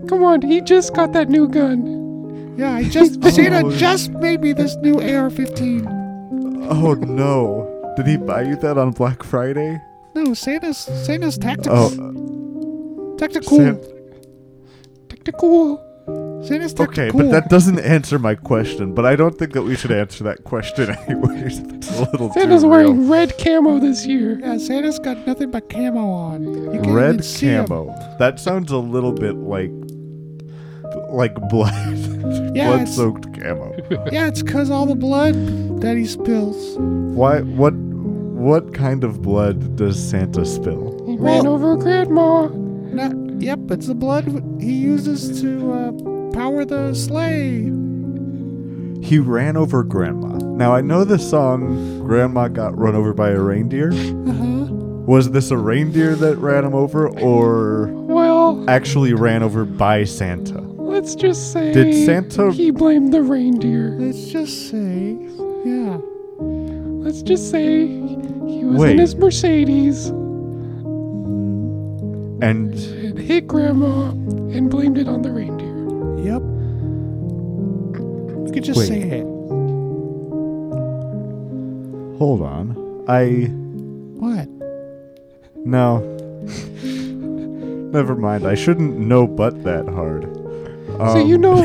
Speaker 6: Come on, he just got that new gun.
Speaker 7: Yeah, I just
Speaker 6: [laughs]
Speaker 1: Oh.
Speaker 7: Santa just made me this new AR-15.
Speaker 1: Oh no. Did he buy you that on Black Friday?
Speaker 7: No, Santa's Santa's tactics,
Speaker 1: Oh,
Speaker 7: tactical.
Speaker 1: San-
Speaker 6: Tactical.
Speaker 7: Santa's
Speaker 1: okay,
Speaker 7: tactical.
Speaker 1: but that doesn't answer my question, but I don't think that we should answer that question [laughs] anyways. It's a little
Speaker 6: Santa's
Speaker 1: too real.
Speaker 6: wearing red camo this year.
Speaker 7: yeah, Santa's got nothing but camo on. You can't even
Speaker 1: Red
Speaker 7: see him.
Speaker 1: camo. That sounds a little bit like like blood
Speaker 7: [laughs] Yeah,
Speaker 1: blood
Speaker 7: it's-
Speaker 1: soaked camo.
Speaker 7: Yeah, it's cause all the blood that he spills.
Speaker 1: Why what what kind of blood does Santa spill?
Speaker 6: He ran
Speaker 7: Well-
Speaker 6: over Grandma.
Speaker 7: Not, yep, it's the blood he uses to uh, power the sleigh.
Speaker 1: He ran over grandma. Now I know the song Grandma got run over by a reindeer.
Speaker 7: Uh huh.
Speaker 1: Was this a reindeer that ran him over or
Speaker 6: Well,
Speaker 1: actually ran over by Santa?
Speaker 6: let's just say
Speaker 1: Did Santa-
Speaker 6: he blamed the reindeer.
Speaker 7: Let's just say, yeah.
Speaker 6: Let's just say he was
Speaker 1: Wait.
Speaker 6: in his Mercedes
Speaker 1: And
Speaker 6: and hit Grandma and blamed it on the reindeer.
Speaker 7: Yep. You could just
Speaker 1: Wait.
Speaker 7: say it.
Speaker 1: hold on. I
Speaker 7: What?
Speaker 1: no. Never mind. I shouldn't know but that hard.
Speaker 6: so
Speaker 1: Um,
Speaker 6: you know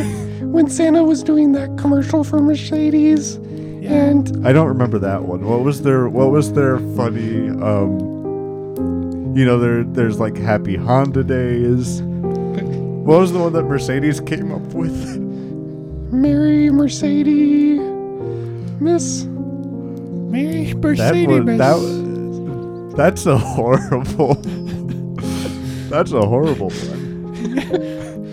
Speaker 6: when Santa was doing that commercial for Mercedes and
Speaker 1: I don't remember that one. What was their What was their funny? Um, you know, there there's like Happy Honda Days. What was the one that Mercedes came up with?
Speaker 6: Mary Mercedes Miss
Speaker 7: Mary
Speaker 1: That
Speaker 7: Mercedes.
Speaker 1: was that. was- That's a horrible. [laughs] that's a horrible one.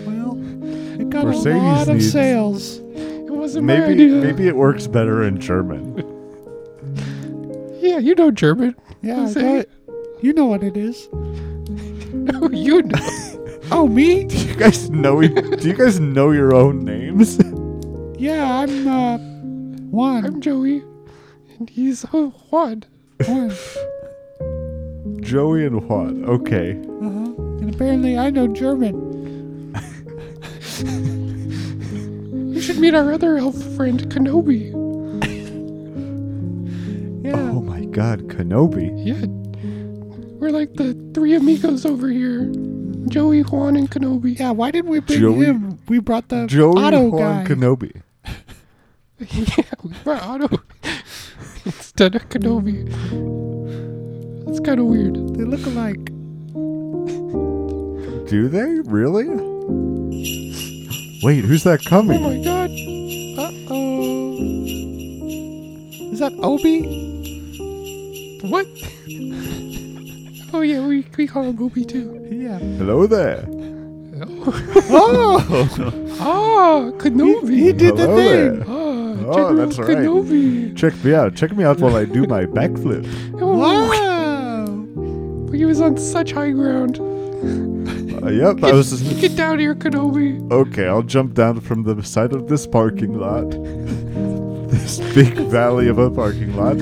Speaker 7: well, it got
Speaker 1: Mercedes
Speaker 7: a lot
Speaker 1: needs-
Speaker 7: of sales.
Speaker 6: it wasn't my
Speaker 1: Maybe
Speaker 6: idea.
Speaker 1: maybe it works better in German.
Speaker 6: Yeah, you know German.
Speaker 7: Yeah, I
Speaker 6: Say
Speaker 7: got
Speaker 6: it.
Speaker 7: You know what it
Speaker 6: [laughs]
Speaker 7: is.
Speaker 6: No, you know.
Speaker 7: Oh, me?
Speaker 1: Do you guys know? e- Do you guys know your own names? [laughs]
Speaker 7: Yeah, I'm uh, one.
Speaker 6: I'm Joey and he's uh, Juan.
Speaker 7: one.
Speaker 1: Joey and Juan. Okay.
Speaker 7: Uh-huh.
Speaker 6: Mm-hmm.
Speaker 7: And apparently I know [laughs] German.
Speaker 6: You should meet our other elf friend Kenobi.
Speaker 7: [laughs] Yeah.
Speaker 1: Oh my God, Kenobi.
Speaker 6: Yeah. We're like the three amigos over here. Joey, Juan, and Kenobi.
Speaker 7: Yeah, why didn't we bring
Speaker 1: Joey-
Speaker 7: him? We brought the
Speaker 1: Joey
Speaker 7: auto
Speaker 1: and Juan
Speaker 7: guy.
Speaker 1: Kenobi.
Speaker 6: yeah, we brought Otto [laughs] instead of Kenobi. It's kind of weird.
Speaker 7: they look alike.
Speaker 1: Do they? Really? Wait, who's that
Speaker 6: Oh
Speaker 1: coming?
Speaker 6: my god.
Speaker 7: Uh-oh. Is that Obi?
Speaker 6: What? [laughs] oh yeah, we, we call him Goopy too.
Speaker 7: Yeah.
Speaker 1: Hello there.
Speaker 7: Oh!
Speaker 6: Ah, Kenobi.
Speaker 7: he did the
Speaker 1: Hello
Speaker 7: thing.
Speaker 1: there.
Speaker 6: Ah,
Speaker 1: Oh,
Speaker 6: General
Speaker 1: that's right.
Speaker 6: Kenobi.
Speaker 1: Check me out. Check me out while I do my backflip.
Speaker 6: Oh,
Speaker 7: Wow!
Speaker 6: He was on such high ground.
Speaker 1: Uh, yep, I was just,
Speaker 6: Get down here, Kenobi.
Speaker 1: okay. I'll jump down from the side of this parking lot, [laughs] this big valley of a parking lot.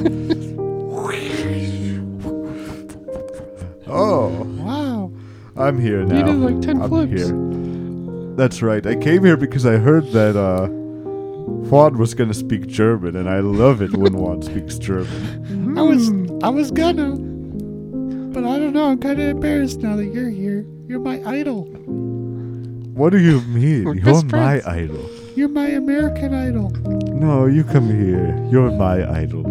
Speaker 1: Oh,
Speaker 7: Wow!
Speaker 1: I'm here now.
Speaker 6: He did like 10
Speaker 1: I'm
Speaker 6: flips.
Speaker 1: here. That's right. I came here because I heard that uh, Juan was gonna speak German, and I love it when Juan speaks German.
Speaker 7: I was I was gonna, but I don't know. I'm kind of embarrassed now that you're here. You're my idol.
Speaker 1: What do you mean?
Speaker 6: We're
Speaker 1: You're
Speaker 6: best
Speaker 1: my
Speaker 6: friends.
Speaker 1: idol.
Speaker 7: You're my American idol.
Speaker 1: No, you come here. You're my idol.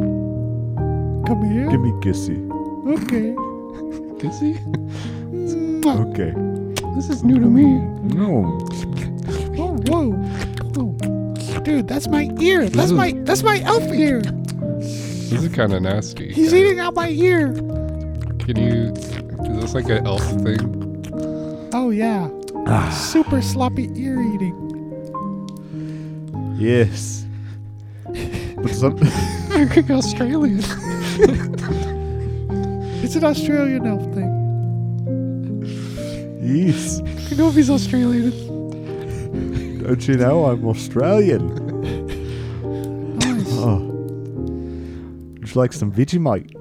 Speaker 7: Come here.
Speaker 1: Give me kissy.
Speaker 7: Okay. Hmm.
Speaker 6: Is he?
Speaker 7: Mwah.
Speaker 1: Okay.
Speaker 6: This is new to me.
Speaker 1: No.
Speaker 7: Oh, whoa. Oh. Dude, that's my ear. That's
Speaker 6: is-
Speaker 7: my that's my elf ear.
Speaker 6: This is kind of nasty.
Speaker 7: He's eating out my ear.
Speaker 6: Can you? Is this like an elf thing?
Speaker 7: Oh yeah.
Speaker 1: Ah.
Speaker 7: Super sloppy ear eating.
Speaker 1: Yes. but some,
Speaker 6: Australian.
Speaker 7: [laughs] It's an Australian elf thing.
Speaker 1: yes.
Speaker 6: Kenobi's Australian.
Speaker 1: Don't you know I'm Australian?
Speaker 7: Nice.
Speaker 1: Oh. Would you like some Vegemite?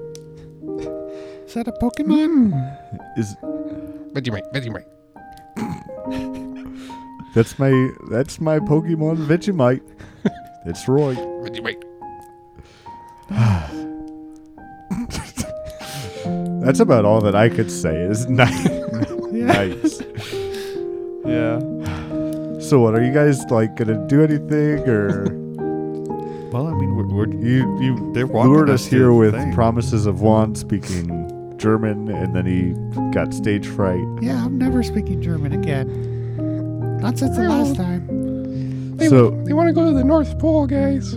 Speaker 7: Is that a Pokemon?
Speaker 1: Is
Speaker 6: Vegemite, Vegemite.
Speaker 1: that's my that's my Pokemon Vegemite. That's right.
Speaker 6: Vegemite.
Speaker 1: That's about all that I could say. Is nice. [laughs] nice.
Speaker 3: Yeah.
Speaker 1: So what are you guys like gonna do anything or?
Speaker 3: Well, I mean, we're, we're you you they're walking
Speaker 1: lured us
Speaker 3: us to
Speaker 1: here
Speaker 3: the
Speaker 1: with
Speaker 3: thing.
Speaker 1: promises of Juan speaking German, and then he got stage fright.
Speaker 7: Yeah, I'm never speaking German again. Not since the last time.
Speaker 6: They,
Speaker 1: So-
Speaker 6: so, they want to go to the North Pole, guys.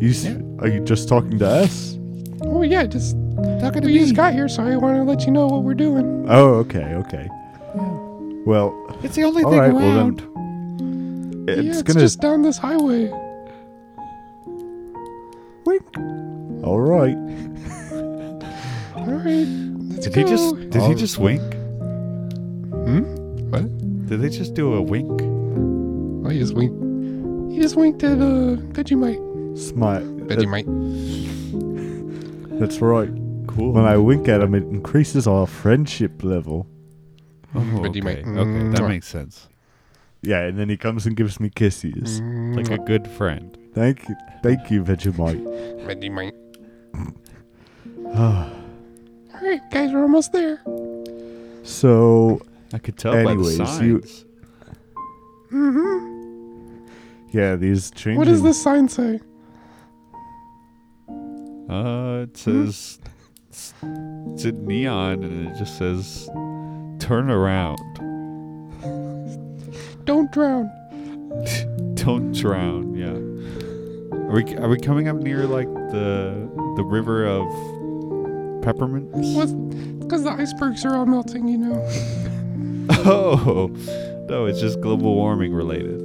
Speaker 1: You s- are you just talking to us?
Speaker 6: Oh yeah, just
Speaker 7: Talking to
Speaker 6: we
Speaker 7: me.
Speaker 6: just got here, so I want to let you know what we're doing.
Speaker 1: Oh, okay, okay.
Speaker 7: Yeah.
Speaker 1: Well,
Speaker 7: It's the only
Speaker 1: All
Speaker 7: thing
Speaker 1: right, well then,
Speaker 7: around.
Speaker 1: it's
Speaker 6: yeah, it's
Speaker 1: gonna.
Speaker 6: just down this highway.
Speaker 1: All right.
Speaker 6: All right, let's
Speaker 3: Did
Speaker 6: go.
Speaker 3: he just did he
Speaker 1: All-
Speaker 3: just wink?
Speaker 6: Hmm? What?
Speaker 3: Did they just do a wink?
Speaker 6: Oh, he just winked. He just winked at uh Vegemite.
Speaker 1: Smart.
Speaker 6: Vegemite.
Speaker 1: That's right.
Speaker 3: Cool.
Speaker 1: When I wink at him, it increases our friendship level.
Speaker 3: oh,
Speaker 6: But you
Speaker 3: okay.
Speaker 6: might-
Speaker 3: okay, that
Speaker 6: Mm.
Speaker 3: makes sense.
Speaker 1: Yeah, and then he comes and gives me kisses.
Speaker 3: Like
Speaker 1: Mm-hmm.
Speaker 3: a good friend.
Speaker 6: Mm.
Speaker 1: Thank you, thank you, Vegemite.
Speaker 6: Vegemite.
Speaker 1: Ah,
Speaker 6: All right, guys, we're almost there.
Speaker 1: So
Speaker 3: I could tell
Speaker 1: Anyways,
Speaker 3: by the
Speaker 1: you-
Speaker 3: signs.
Speaker 1: yeah, these changes.
Speaker 6: Mm-hmm. What does this sign say?
Speaker 3: Uh,
Speaker 1: Mm-hmm.
Speaker 3: it says it's, it's in neon, and it just says "Turn around,
Speaker 6: Don't drown.
Speaker 3: don't drown." Yeah. Are we are we coming up near like the the river of peppermints?
Speaker 6: What's because the icebergs are all melting, you know.
Speaker 3: [laughs] Oh, no, it's just global warming related.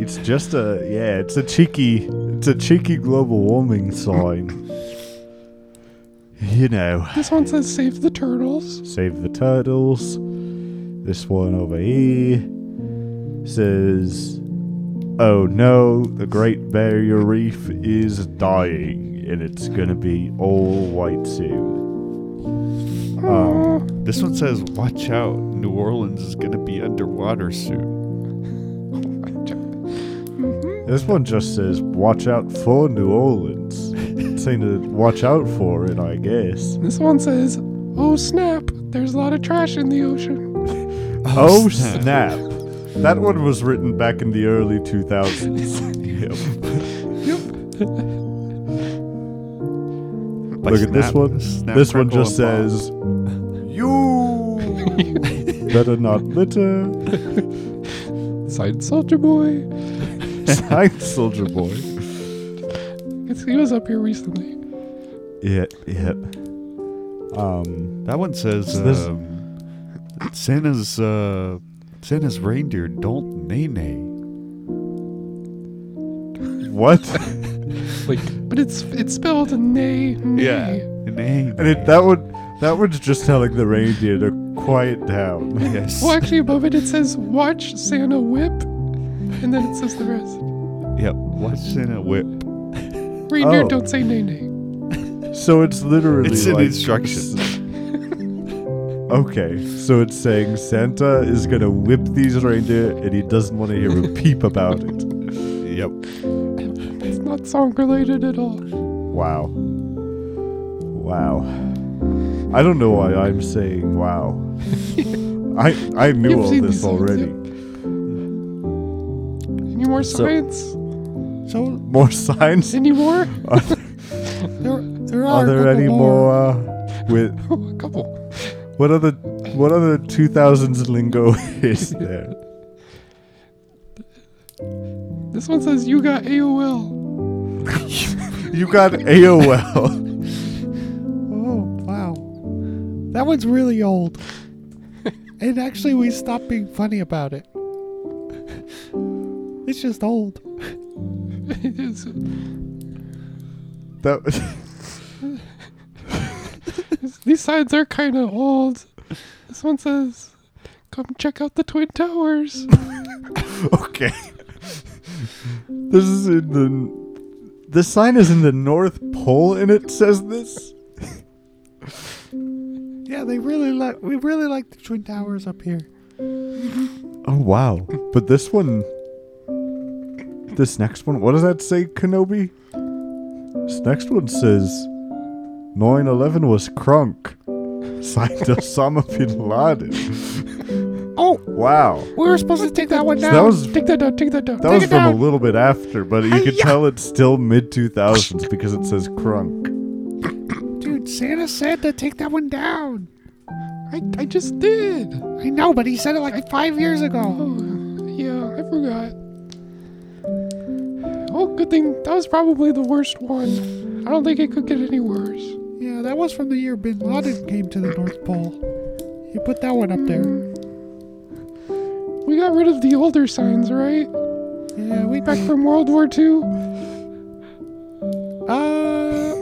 Speaker 1: It's just a yeah. It's a cheeky. It's a cheeky global warming sign. you know,
Speaker 6: This one says save the turtles.
Speaker 1: save the turtles. This one over here says, "Oh no, the Great Barrier Reef is dying, and it's gonna be all white soon."
Speaker 6: Aw.
Speaker 3: This one says, "Watch out, New Orleans is gonna be underwater soon."
Speaker 1: This one just says, "Watch out for New Orleans." [laughs] It's saying to watch out for it, I guess.
Speaker 6: This one says, "Oh snap! There's a lot of trash in the ocean."
Speaker 1: Oh snap! That one was written back in the early [laughs] 2000s.
Speaker 3: By
Speaker 1: Look at this
Speaker 3: Snap-
Speaker 1: one.
Speaker 3: Snap,
Speaker 1: this one
Speaker 3: Crackle,
Speaker 1: just
Speaker 3: and Pop.
Speaker 1: says, [laughs] "You better not litter."
Speaker 6: Side soldier boy.
Speaker 1: Signed, Soldier Boy.
Speaker 6: It's, he was up here recently.
Speaker 1: Yep, yep. Um,
Speaker 3: That one says,
Speaker 1: So this-
Speaker 3: um, "Santa's uh, Santa's reindeer don't nay nay." [laughs]
Speaker 1: what?
Speaker 6: Like, but it's it's spelled nay. nay.
Speaker 3: nay.
Speaker 1: and it, that one, that one's just telling the reindeer to quiet down.
Speaker 3: yes. [laughs]
Speaker 6: Well, actually, above it it says, "Watch Santa whip," and then it says the rest.
Speaker 3: Yep. Watch Santa whip.
Speaker 6: Reindeer,
Speaker 1: Oh.
Speaker 6: don't say nay nay.
Speaker 1: [laughs] So it's literally
Speaker 3: It's an
Speaker 1: like-
Speaker 3: instruction.
Speaker 1: Okay, so it's saying Santa is gonna whip these reindeer, and he doesn't want to hear
Speaker 3: [laughs]
Speaker 1: a peep about it.
Speaker 3: yep.
Speaker 6: It's not song related at all.
Speaker 1: Wow. Wow. I don't know why I'm saying
Speaker 3: [laughs]
Speaker 1: wow. I I knew
Speaker 6: You've
Speaker 1: all
Speaker 6: seen
Speaker 1: this
Speaker 6: these ones,
Speaker 1: already.
Speaker 6: Any more
Speaker 1: So-
Speaker 6: science?
Speaker 7: So
Speaker 1: More signs?
Speaker 6: Any more?
Speaker 1: Are,
Speaker 7: there, there are,
Speaker 1: are
Speaker 7: a
Speaker 1: there
Speaker 7: couple
Speaker 1: any more? with
Speaker 6: [laughs] Oh, a couple.
Speaker 1: what other what other 2000s lingo [laughs] is there?
Speaker 6: This one says, "You got AOL."
Speaker 1: You got AOL.
Speaker 7: Oh wow. That one's
Speaker 6: [laughs]
Speaker 7: really old. and actually, we stopped being funny about it. It's just old.
Speaker 6: It is-
Speaker 1: That
Speaker 6: These signs are kind of old. This one says, "Come check out the twin towers."
Speaker 1: okay. this is in the. The sign is in the North Pole, and it says this.
Speaker 7: [laughs] Yeah, they really like. We really like the twin towers up here.
Speaker 1: Oh wow! But this one, this next one, what does that say, Kenobi? This next one says, "9/11 was crunk." Signed [laughs] Osama bin Laden.
Speaker 7: Oh.
Speaker 1: wow!
Speaker 7: We were supposed to take that one
Speaker 1: So
Speaker 7: down.
Speaker 1: that was
Speaker 6: Take that down. Take that down.
Speaker 1: that
Speaker 6: take
Speaker 1: was
Speaker 6: it
Speaker 1: from
Speaker 6: down.
Speaker 1: a little bit after, but you could
Speaker 7: Hi-ya.
Speaker 1: tell it's still mid two thousands because it says crunk.
Speaker 7: Dude, Santa said to take that one down.
Speaker 6: I, I just did.
Speaker 7: I know, but he said it like five years ago.
Speaker 6: Oh, yeah, I forgot. Oh, good thing that was probably the worst one. I don't think it could get any worse.
Speaker 7: Yeah, that was from the year Bin Laden came to the North Pole. You put that one up there.
Speaker 6: We got rid of the older signs, right?
Speaker 7: Yeah, we
Speaker 6: Back from World War II.
Speaker 7: Uh,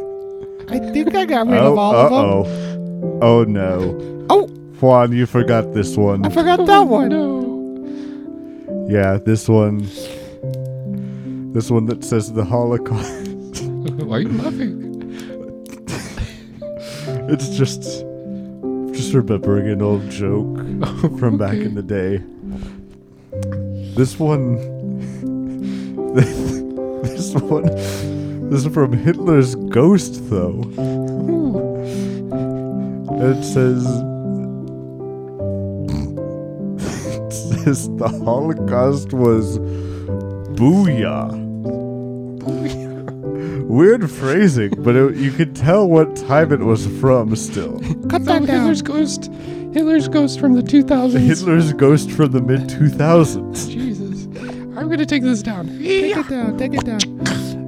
Speaker 7: I think I got rid
Speaker 1: oh,
Speaker 7: of all
Speaker 1: uh
Speaker 7: of them.
Speaker 1: oh, oh no!
Speaker 7: Oh.
Speaker 1: Juan, you forgot this one.
Speaker 7: I forgot that one.
Speaker 6: Oh, No.
Speaker 1: Yeah, this one. This one that says the Holocaust. [laughs]
Speaker 6: Why are you laughing?
Speaker 1: It's just. Just remembering an old joke from back in the day. This one. [laughs] This one. This is from Hitler's Ghost, though.
Speaker 6: Ooh,
Speaker 1: It says. [laughs] It says the Holocaust was booyah. Weird phrasing, but it, you could tell what time it was from
Speaker 2: [laughs]
Speaker 1: still. [laughs]
Speaker 6: that
Speaker 7: Cut that
Speaker 6: was
Speaker 7: down.
Speaker 6: Hitler's ghost. Hitler's ghost from the 2000s.
Speaker 1: Hitler's ghost from the mid 2000s.
Speaker 6: Jesus. I'm gonna take this down.
Speaker 7: Take it down. Take it down.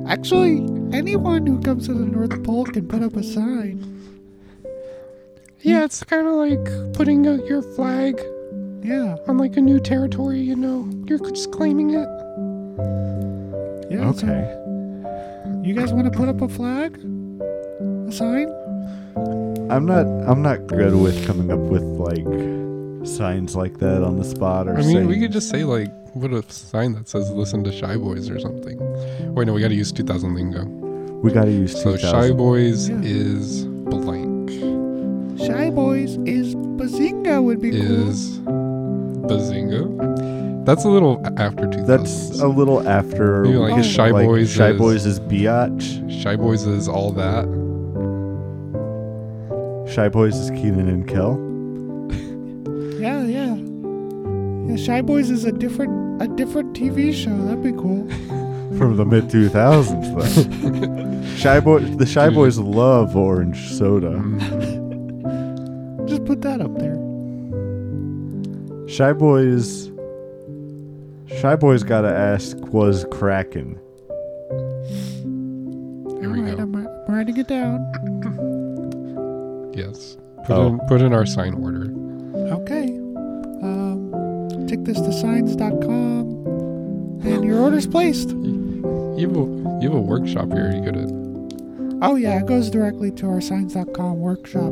Speaker 7: Actually, anyone who comes to the North Pole can put up a sign.
Speaker 6: Yeah, it's kind of like putting out your flag
Speaker 7: Yeah.
Speaker 6: on like a new territory. You know, you're just claiming it.
Speaker 7: Yeah. so you guys want to put up a flag? A sign?
Speaker 1: I'm not I'm not good with coming up with like signs like that on the spot or
Speaker 2: I mean,
Speaker 1: saying
Speaker 2: we could just say like, what a sign that says "Listen to Shy Boys" or something. Wait, no, we got to use 2000 lingo.
Speaker 1: we gotta use
Speaker 2: So
Speaker 1: 2000.
Speaker 2: Shy Boys
Speaker 7: Yeah.
Speaker 2: is blank
Speaker 7: Shy Boys is Bazinga would be
Speaker 2: is bazinga. That's a little a- after 2000.
Speaker 1: That's a little after
Speaker 2: Maybe like
Speaker 1: we could,
Speaker 2: Shy Boys
Speaker 1: Shy
Speaker 2: is-
Speaker 1: Boys is biatch.
Speaker 2: Shy Boys is all that.
Speaker 1: Shy Boys is Keenan and Kel.
Speaker 7: cool. Yeah, yeah. Yeah, Shy Boys is a different a different TV show. That'd be cool.
Speaker 1: From the mid 2000s
Speaker 2: [laughs]
Speaker 1: though. Shy Boys the Shy
Speaker 2: Dude.
Speaker 1: Boys love orange soda.
Speaker 7: Just put that up there.
Speaker 1: Shy Boys Shy Boys gotta ask was Kraken.
Speaker 2: There we
Speaker 7: Alright,
Speaker 2: go.
Speaker 7: I'm, I'm writing it down.
Speaker 2: Yes. Put
Speaker 1: Oh.
Speaker 2: in put in our sign order.
Speaker 7: Okay. Um, take this to signs.com and your order's placed.
Speaker 2: You have a, you have a workshop here. You go to
Speaker 7: Oh, yeah, it goes directly to our signs.com workshop.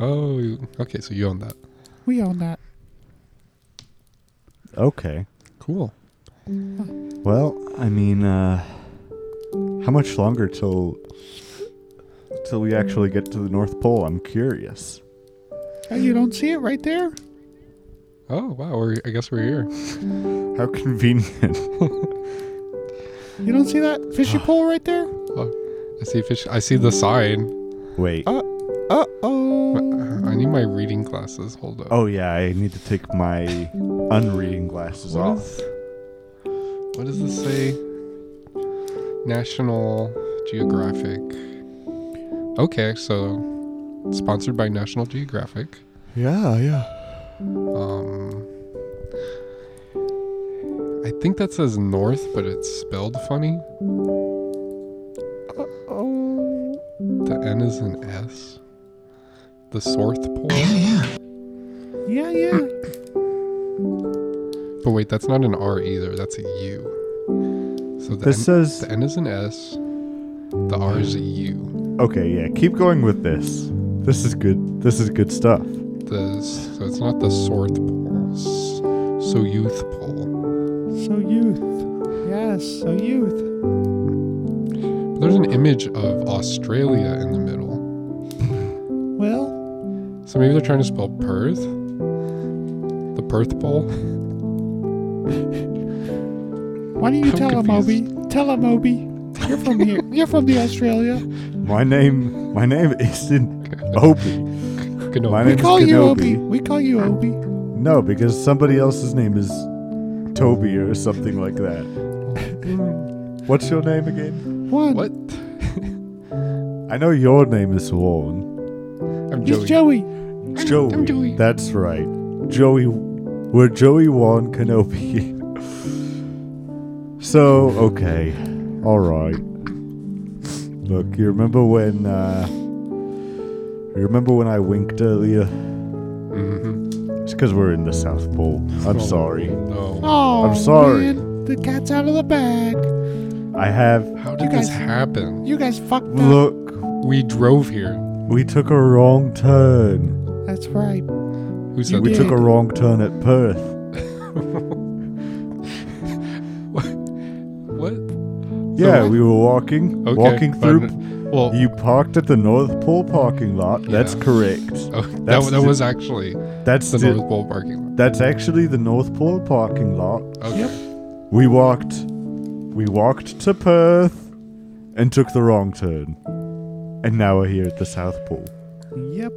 Speaker 2: oh you- okay, so you own that.
Speaker 7: We own that.
Speaker 1: Okay.
Speaker 2: Cool.
Speaker 1: Well, I mean, uh, how much longer till till we actually get to the North Pole? I'm curious.
Speaker 7: Oh, you don't see it right there?
Speaker 2: Oh wow, we're, I guess we're here.
Speaker 1: How [laughs] convenient.
Speaker 7: You don't see that fishy pole right there?
Speaker 2: I see fish. I see the sign.
Speaker 1: Wait.
Speaker 7: Uh Uh oh.
Speaker 2: I need my reading glasses. Hold up.
Speaker 1: Oh yeah, I need to take my unreading glasses
Speaker 2: What
Speaker 1: off.
Speaker 2: is- What does this say? National Geographic. Okay, so sponsored by National Geographic.
Speaker 1: Yeah, yeah.
Speaker 2: Um, I think that says north, but it's spelled funny.
Speaker 7: Oh.
Speaker 2: The N is an S. the North Pole?
Speaker 7: Yeah, yeah.
Speaker 2: But wait, that's not an R either. That's a U. So the, N,
Speaker 1: This says
Speaker 2: the N is an S. The R is a U.
Speaker 1: okay. Yeah, keep going with this. This is good. This is good stuff.
Speaker 2: The s- so it's not the Sorth Pole. S- So youth pole.
Speaker 7: So youth. Yes, so youth.
Speaker 2: But there's an image of Australia in the middle.
Speaker 7: Well,
Speaker 2: So maybe they're trying to spell Perth. The Perth pole.
Speaker 7: why don't you
Speaker 2: I'm
Speaker 7: tell him, Obi?
Speaker 2: confused.
Speaker 7: Tell him, Obi. You're from here. You're from the Australia.
Speaker 1: My name. My name [laughs] isn't Opie.
Speaker 2: Gonna-
Speaker 1: Oh, My
Speaker 7: We
Speaker 1: name is
Speaker 7: call you Obi.
Speaker 1: Kenobi.
Speaker 7: We call you Obi.
Speaker 1: No, because somebody else's name is Toby or something like that. What's your name again?
Speaker 7: One.
Speaker 2: what?
Speaker 1: I know your name is Warren.
Speaker 2: I'm
Speaker 7: He's
Speaker 2: Joey.
Speaker 7: Joey.
Speaker 1: Joey.
Speaker 6: Joey.
Speaker 1: That's right. Joey. We're Joey Warren Kenobi. [laughs] so, okay. All right. Look, you remember when. Uh, you remember when I winked earlier?
Speaker 2: Mhm.
Speaker 1: It's because we're in the South Pole. I'm
Speaker 2: Oh,
Speaker 1: sorry.
Speaker 2: No.
Speaker 7: Oh,
Speaker 1: I'm sorry.
Speaker 7: man, The cat's out of the bag.
Speaker 1: I have.
Speaker 2: How
Speaker 7: You
Speaker 2: did this
Speaker 7: guys-
Speaker 2: happen?
Speaker 7: You guys fucked up.
Speaker 1: Look,
Speaker 2: We drove here.
Speaker 1: we took a wrong turn.
Speaker 7: That's right.
Speaker 2: Who said
Speaker 1: we
Speaker 2: that?
Speaker 1: took a wrong turn at Perth.
Speaker 2: what?
Speaker 1: Yeah, we were walking,
Speaker 2: Okay,
Speaker 1: walking through.
Speaker 2: fine. Well,
Speaker 1: You parked at the North Pole parking lot. That's
Speaker 2: Yeah.
Speaker 1: correct.
Speaker 2: oh, that,
Speaker 1: that's
Speaker 2: that
Speaker 1: the-
Speaker 2: was actually
Speaker 1: That's
Speaker 2: the
Speaker 1: the-
Speaker 2: North Pole parking lot.
Speaker 1: that's actually the North Pole parking lot.
Speaker 2: Okay.
Speaker 1: We walked, we walked to Perth, and took the wrong turn, and now we're here at the South Pole.
Speaker 7: Yep.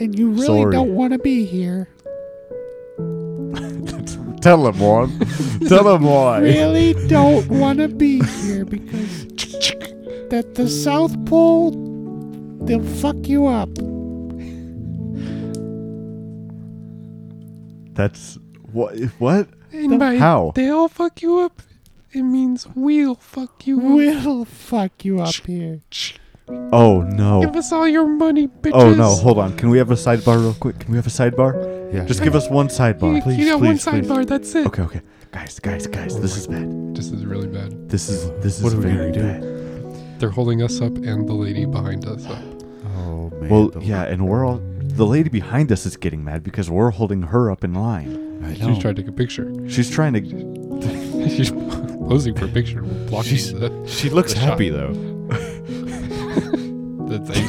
Speaker 7: And you really
Speaker 1: Sorry.
Speaker 7: don't want to be here.
Speaker 1: Tell them why.
Speaker 6: [laughs]
Speaker 1: Tell them why. [laughs]
Speaker 7: Really don't want to be here because that the South Pole they'll fuck you up.
Speaker 1: That's what? What?
Speaker 6: And by
Speaker 1: How?
Speaker 6: they all fuck you up, it means we'll fuck you up.
Speaker 7: We'll fuck you up here.
Speaker 1: Oh no.
Speaker 6: Give us all your money, bitches.
Speaker 1: Oh no, hold on. Can we have a sidebar real quick? Can we have a sidebar?
Speaker 3: Yeah.
Speaker 1: Just give us one
Speaker 6: You,
Speaker 1: sidebar, please.
Speaker 6: you got
Speaker 1: please,
Speaker 6: one
Speaker 1: please.
Speaker 6: sidebar, that's it.
Speaker 1: Okay, okay. Guys, guys, guys, this is bad.
Speaker 2: This is really bad.
Speaker 1: This is this is
Speaker 3: What are we
Speaker 1: very
Speaker 3: gonna
Speaker 1: bad.
Speaker 2: They're holding us up and the lady behind us up.
Speaker 3: Oh man.
Speaker 1: Well,
Speaker 3: the-
Speaker 1: yeah, and we're all the lady behind us is getting mad because we're holding her up in line.
Speaker 3: I
Speaker 2: She
Speaker 3: know.
Speaker 2: tried to take a picture. [laughs]
Speaker 1: She's trying to
Speaker 2: She's posing for a picture, blocking
Speaker 3: She's-
Speaker 2: the,
Speaker 3: She looks
Speaker 2: The
Speaker 3: happy though.
Speaker 2: the thing.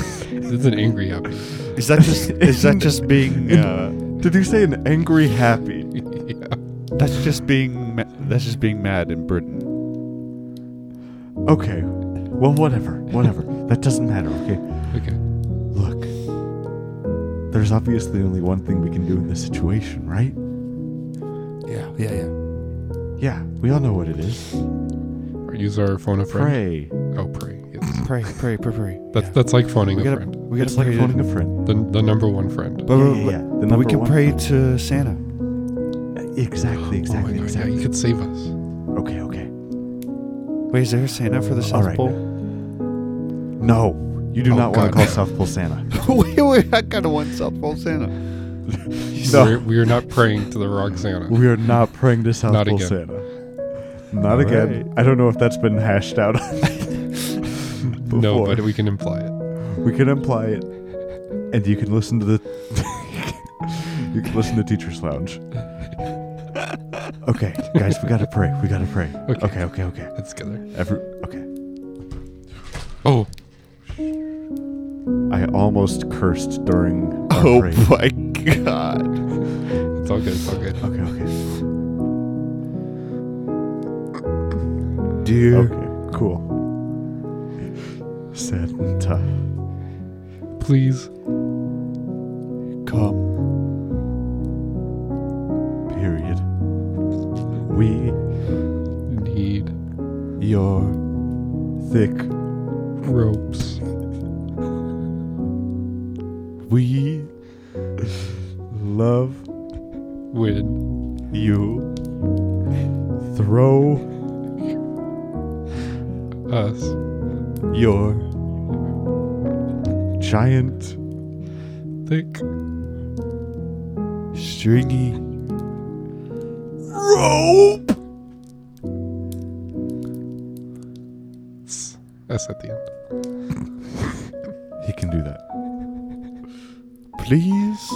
Speaker 2: It's an angry happy.
Speaker 3: Is [laughs] that just is that [laughs] just being uh,
Speaker 1: Did you say an angry happy?
Speaker 2: [laughs] yeah.
Speaker 3: that's just being ma- that's just being mad in Britain.
Speaker 1: Okay. Well, whatever.
Speaker 3: [laughs]
Speaker 1: Whatever. That doesn't matter, okay?
Speaker 2: Okay.
Speaker 1: Look. There's obviously only one thing we can do in this situation, right?
Speaker 3: Yeah, yeah, yeah.
Speaker 1: Yeah, we all know what it is.
Speaker 2: Or use our phone a friend.
Speaker 1: Pray.
Speaker 2: Oh, pray. Yes.
Speaker 3: Pray, pray, pray, pray.
Speaker 2: That's that's like phoning
Speaker 3: we
Speaker 2: a
Speaker 3: gotta,
Speaker 2: friend.
Speaker 3: we gotta
Speaker 1: It's like
Speaker 3: pray
Speaker 1: phoning
Speaker 3: to,
Speaker 1: a friend.
Speaker 2: The, the number one friend.
Speaker 3: but,
Speaker 1: Yeah,
Speaker 3: but-
Speaker 1: yeah,
Speaker 3: but-
Speaker 1: yeah, the
Speaker 3: but we
Speaker 1: number
Speaker 3: can
Speaker 1: one
Speaker 3: pray to Santa.
Speaker 1: Exactly,
Speaker 2: oh my
Speaker 1: exactly,
Speaker 2: god, yeah,
Speaker 1: exactly.
Speaker 2: you could save us.
Speaker 1: Okay, okay.
Speaker 3: Wait, is there a Santa for the South
Speaker 1: right.
Speaker 3: Pole?
Speaker 1: No, you do
Speaker 2: Oh,
Speaker 1: not want
Speaker 2: God.
Speaker 1: to call South Pole
Speaker 2: [laughs]
Speaker 1: Santa.
Speaker 3: [laughs] wait, wait, I gotta want South Pole Santa.
Speaker 1: No.
Speaker 2: We're, we are not praying to the Roxana.
Speaker 1: We are not praying to South
Speaker 2: Not
Speaker 1: Pole
Speaker 2: again.
Speaker 1: Santa. Not again. I don't know if that's been hashed out. [laughs] [laughs] before.
Speaker 2: No, but we can imply it.
Speaker 1: we can imply it, and you can listen to the. [laughs] you can listen to Teachers Lounge. Okay, guys, we gotta pray. We gotta pray.
Speaker 2: Okay.
Speaker 1: Okay, okay, okay.
Speaker 2: It's together.
Speaker 1: Every okay.
Speaker 2: Oh,
Speaker 1: I almost cursed during. Our
Speaker 3: Oh
Speaker 2: [laughs]
Speaker 1: praise.
Speaker 3: my God!
Speaker 2: it's all good. It's all good.
Speaker 1: Okay, okay.
Speaker 3: Dear
Speaker 1: Okay, cool. Santa.
Speaker 2: Please.
Speaker 3: come,
Speaker 1: Period. We
Speaker 2: need
Speaker 3: your
Speaker 1: thick.
Speaker 2: ropes.
Speaker 1: We love
Speaker 2: When
Speaker 1: you. Throw
Speaker 2: us
Speaker 1: your giant
Speaker 2: thick.
Speaker 3: Stringy rope.
Speaker 2: It's S at the end.
Speaker 1: He can do that. Please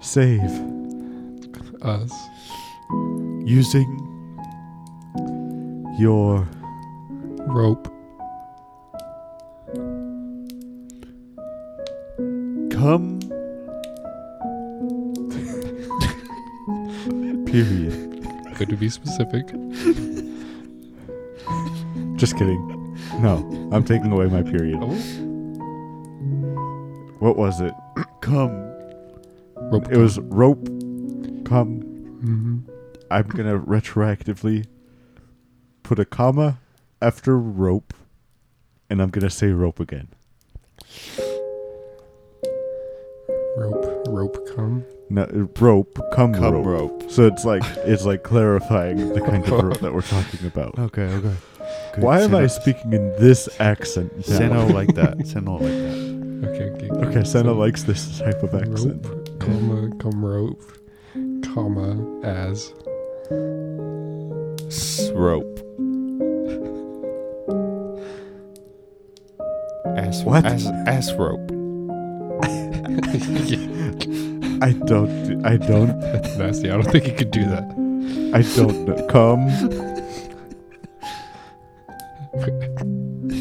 Speaker 1: save
Speaker 2: Us.
Speaker 1: using your
Speaker 2: Rope.
Speaker 1: cum [laughs] period.
Speaker 2: Good to be specific.
Speaker 1: Just kidding. No, I'm taking away my period.
Speaker 2: Oh,
Speaker 1: What was it? [clears throat] Cum.
Speaker 2: rope.
Speaker 1: It was rope. Cum.
Speaker 2: hmm
Speaker 1: I'm gonna retroactively put a comma after rope, and I'm gonna say rope again.
Speaker 2: Rope. Rope. Come.
Speaker 1: No, uh, rope. Cum.
Speaker 3: Cum
Speaker 1: rope.
Speaker 3: rope.
Speaker 1: So it's like it's like clarifying the kind of rope that we're talking about.
Speaker 3: Okay, okay.
Speaker 1: Why am I speaking in this accent? now?
Speaker 3: Seno like that. Seno like that.
Speaker 2: Okay. Okay.
Speaker 1: Okay, Senna likes this type of accent.
Speaker 2: Rope. Comma. Come rope. Comma. As.
Speaker 3: S rope. Ass
Speaker 1: What?
Speaker 3: Ass, ass rope.
Speaker 2: Yeah,
Speaker 1: I don't. do- I don't.
Speaker 2: that's nasty. I don't think you could do that.
Speaker 1: I don't know. Come.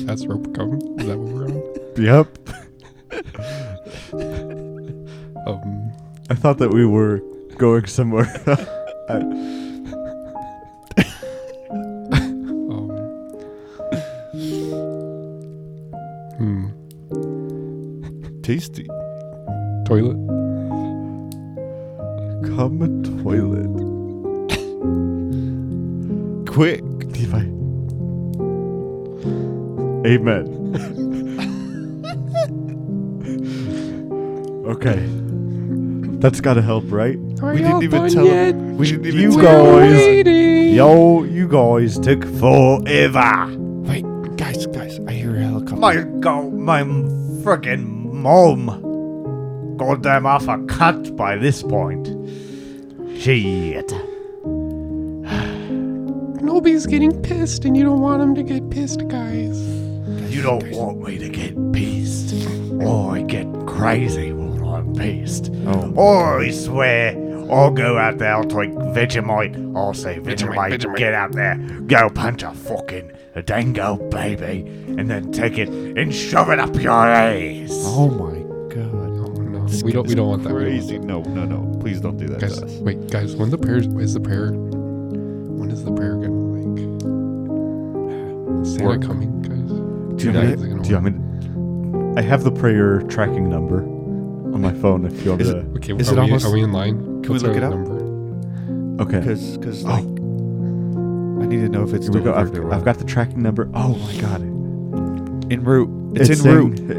Speaker 2: That's rope. Come. Is that what we're on?
Speaker 1: Yep.
Speaker 2: Um.
Speaker 1: I thought that we were going somewhere.
Speaker 2: Um. hmm.
Speaker 3: Tasty.
Speaker 2: Toilet.
Speaker 1: Come toilet.
Speaker 3: Quick.
Speaker 1: Levi. Amen. okay. That's gotta help, right?
Speaker 6: Are
Speaker 3: We
Speaker 6: y'all
Speaker 3: didn't even
Speaker 6: done
Speaker 3: tell
Speaker 6: yet?
Speaker 3: him. We didn't even
Speaker 1: You
Speaker 3: tell
Speaker 1: guys.
Speaker 3: him.
Speaker 6: Waiting.
Speaker 1: Yo, you guys took forever.
Speaker 3: Wait, guys, guys. I hear a helicopter.
Speaker 1: My god, my friggin' mom. Goddamn half a cut by this point. Shit.
Speaker 6: Nobody's getting pissed, and you don't want them to get pissed, guys.
Speaker 1: You don't want me to get pissed. Or I get crazy when I'm pissed.
Speaker 3: Oh.
Speaker 1: Or I swear, I'll go out there, I'll take Vegemite. I'll say, Vegemite, get out there, go punch a fucking a dango baby, and then take it and shove it up your ass.
Speaker 3: Oh my god.
Speaker 2: Oh no. we don't. We don't want that. We don't want
Speaker 3: Crazy. No, no, no. Please don't do that
Speaker 2: guys,
Speaker 3: to us.
Speaker 2: wait, guys. When the prayer is the prayer? When is the prayer gonna like? Is Santa
Speaker 3: Work.
Speaker 2: coming, guys?
Speaker 1: Do you,
Speaker 2: Yeah,
Speaker 1: want me,
Speaker 2: it's gonna
Speaker 1: do you want me to- I have the prayer tracking number on my phone if you want
Speaker 3: Is
Speaker 1: to.
Speaker 2: Okay,
Speaker 3: Is
Speaker 2: are,
Speaker 3: it
Speaker 2: we,
Speaker 3: almost-
Speaker 2: are we in line?
Speaker 3: Can we look
Speaker 2: our
Speaker 3: it up?
Speaker 2: Number?
Speaker 1: okay.
Speaker 3: Because, because, like, I need to know if it's
Speaker 1: Here we
Speaker 3: still
Speaker 1: go. I've,
Speaker 3: there or
Speaker 1: I've
Speaker 3: not.
Speaker 1: got the tracking number. Oh my god.
Speaker 3: en route. It's, en route.
Speaker 1: saying,
Speaker 2: Oh,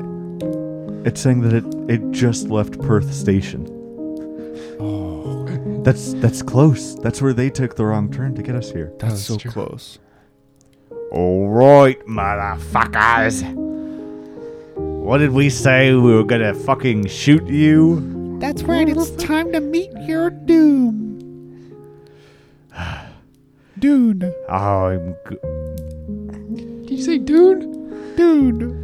Speaker 1: route. It's saying that it, it just left Perth Station. Oh. That's that's close. That's where they took the wrong turn to get us here.
Speaker 3: That's so
Speaker 2: true.
Speaker 3: close.
Speaker 1: All right, motherfuckers. What did we say? We were gonna fucking shoot you?
Speaker 7: That's right, it's time to meet your doom.
Speaker 1: [sighs]
Speaker 7: Dune.
Speaker 1: Oh, I'm. G-
Speaker 6: Did you say, dude?
Speaker 7: Dune.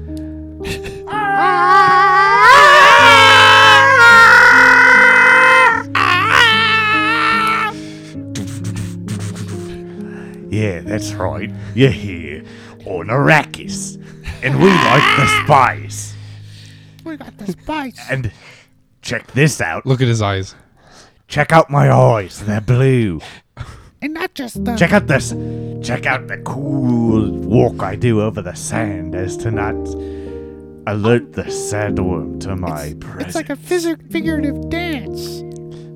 Speaker 1: yeah, that's right. You're here on Arrakis, and we like the spice.
Speaker 7: We got the spice.
Speaker 1: And check this out.
Speaker 2: Look at his eyes.
Speaker 1: Check out my eyes. They're blue.
Speaker 7: And not just the
Speaker 1: Check out this. Check out the cool walk I do over the sand as to not alert the sandworm to my presence.
Speaker 7: it's like a physic figurative dance.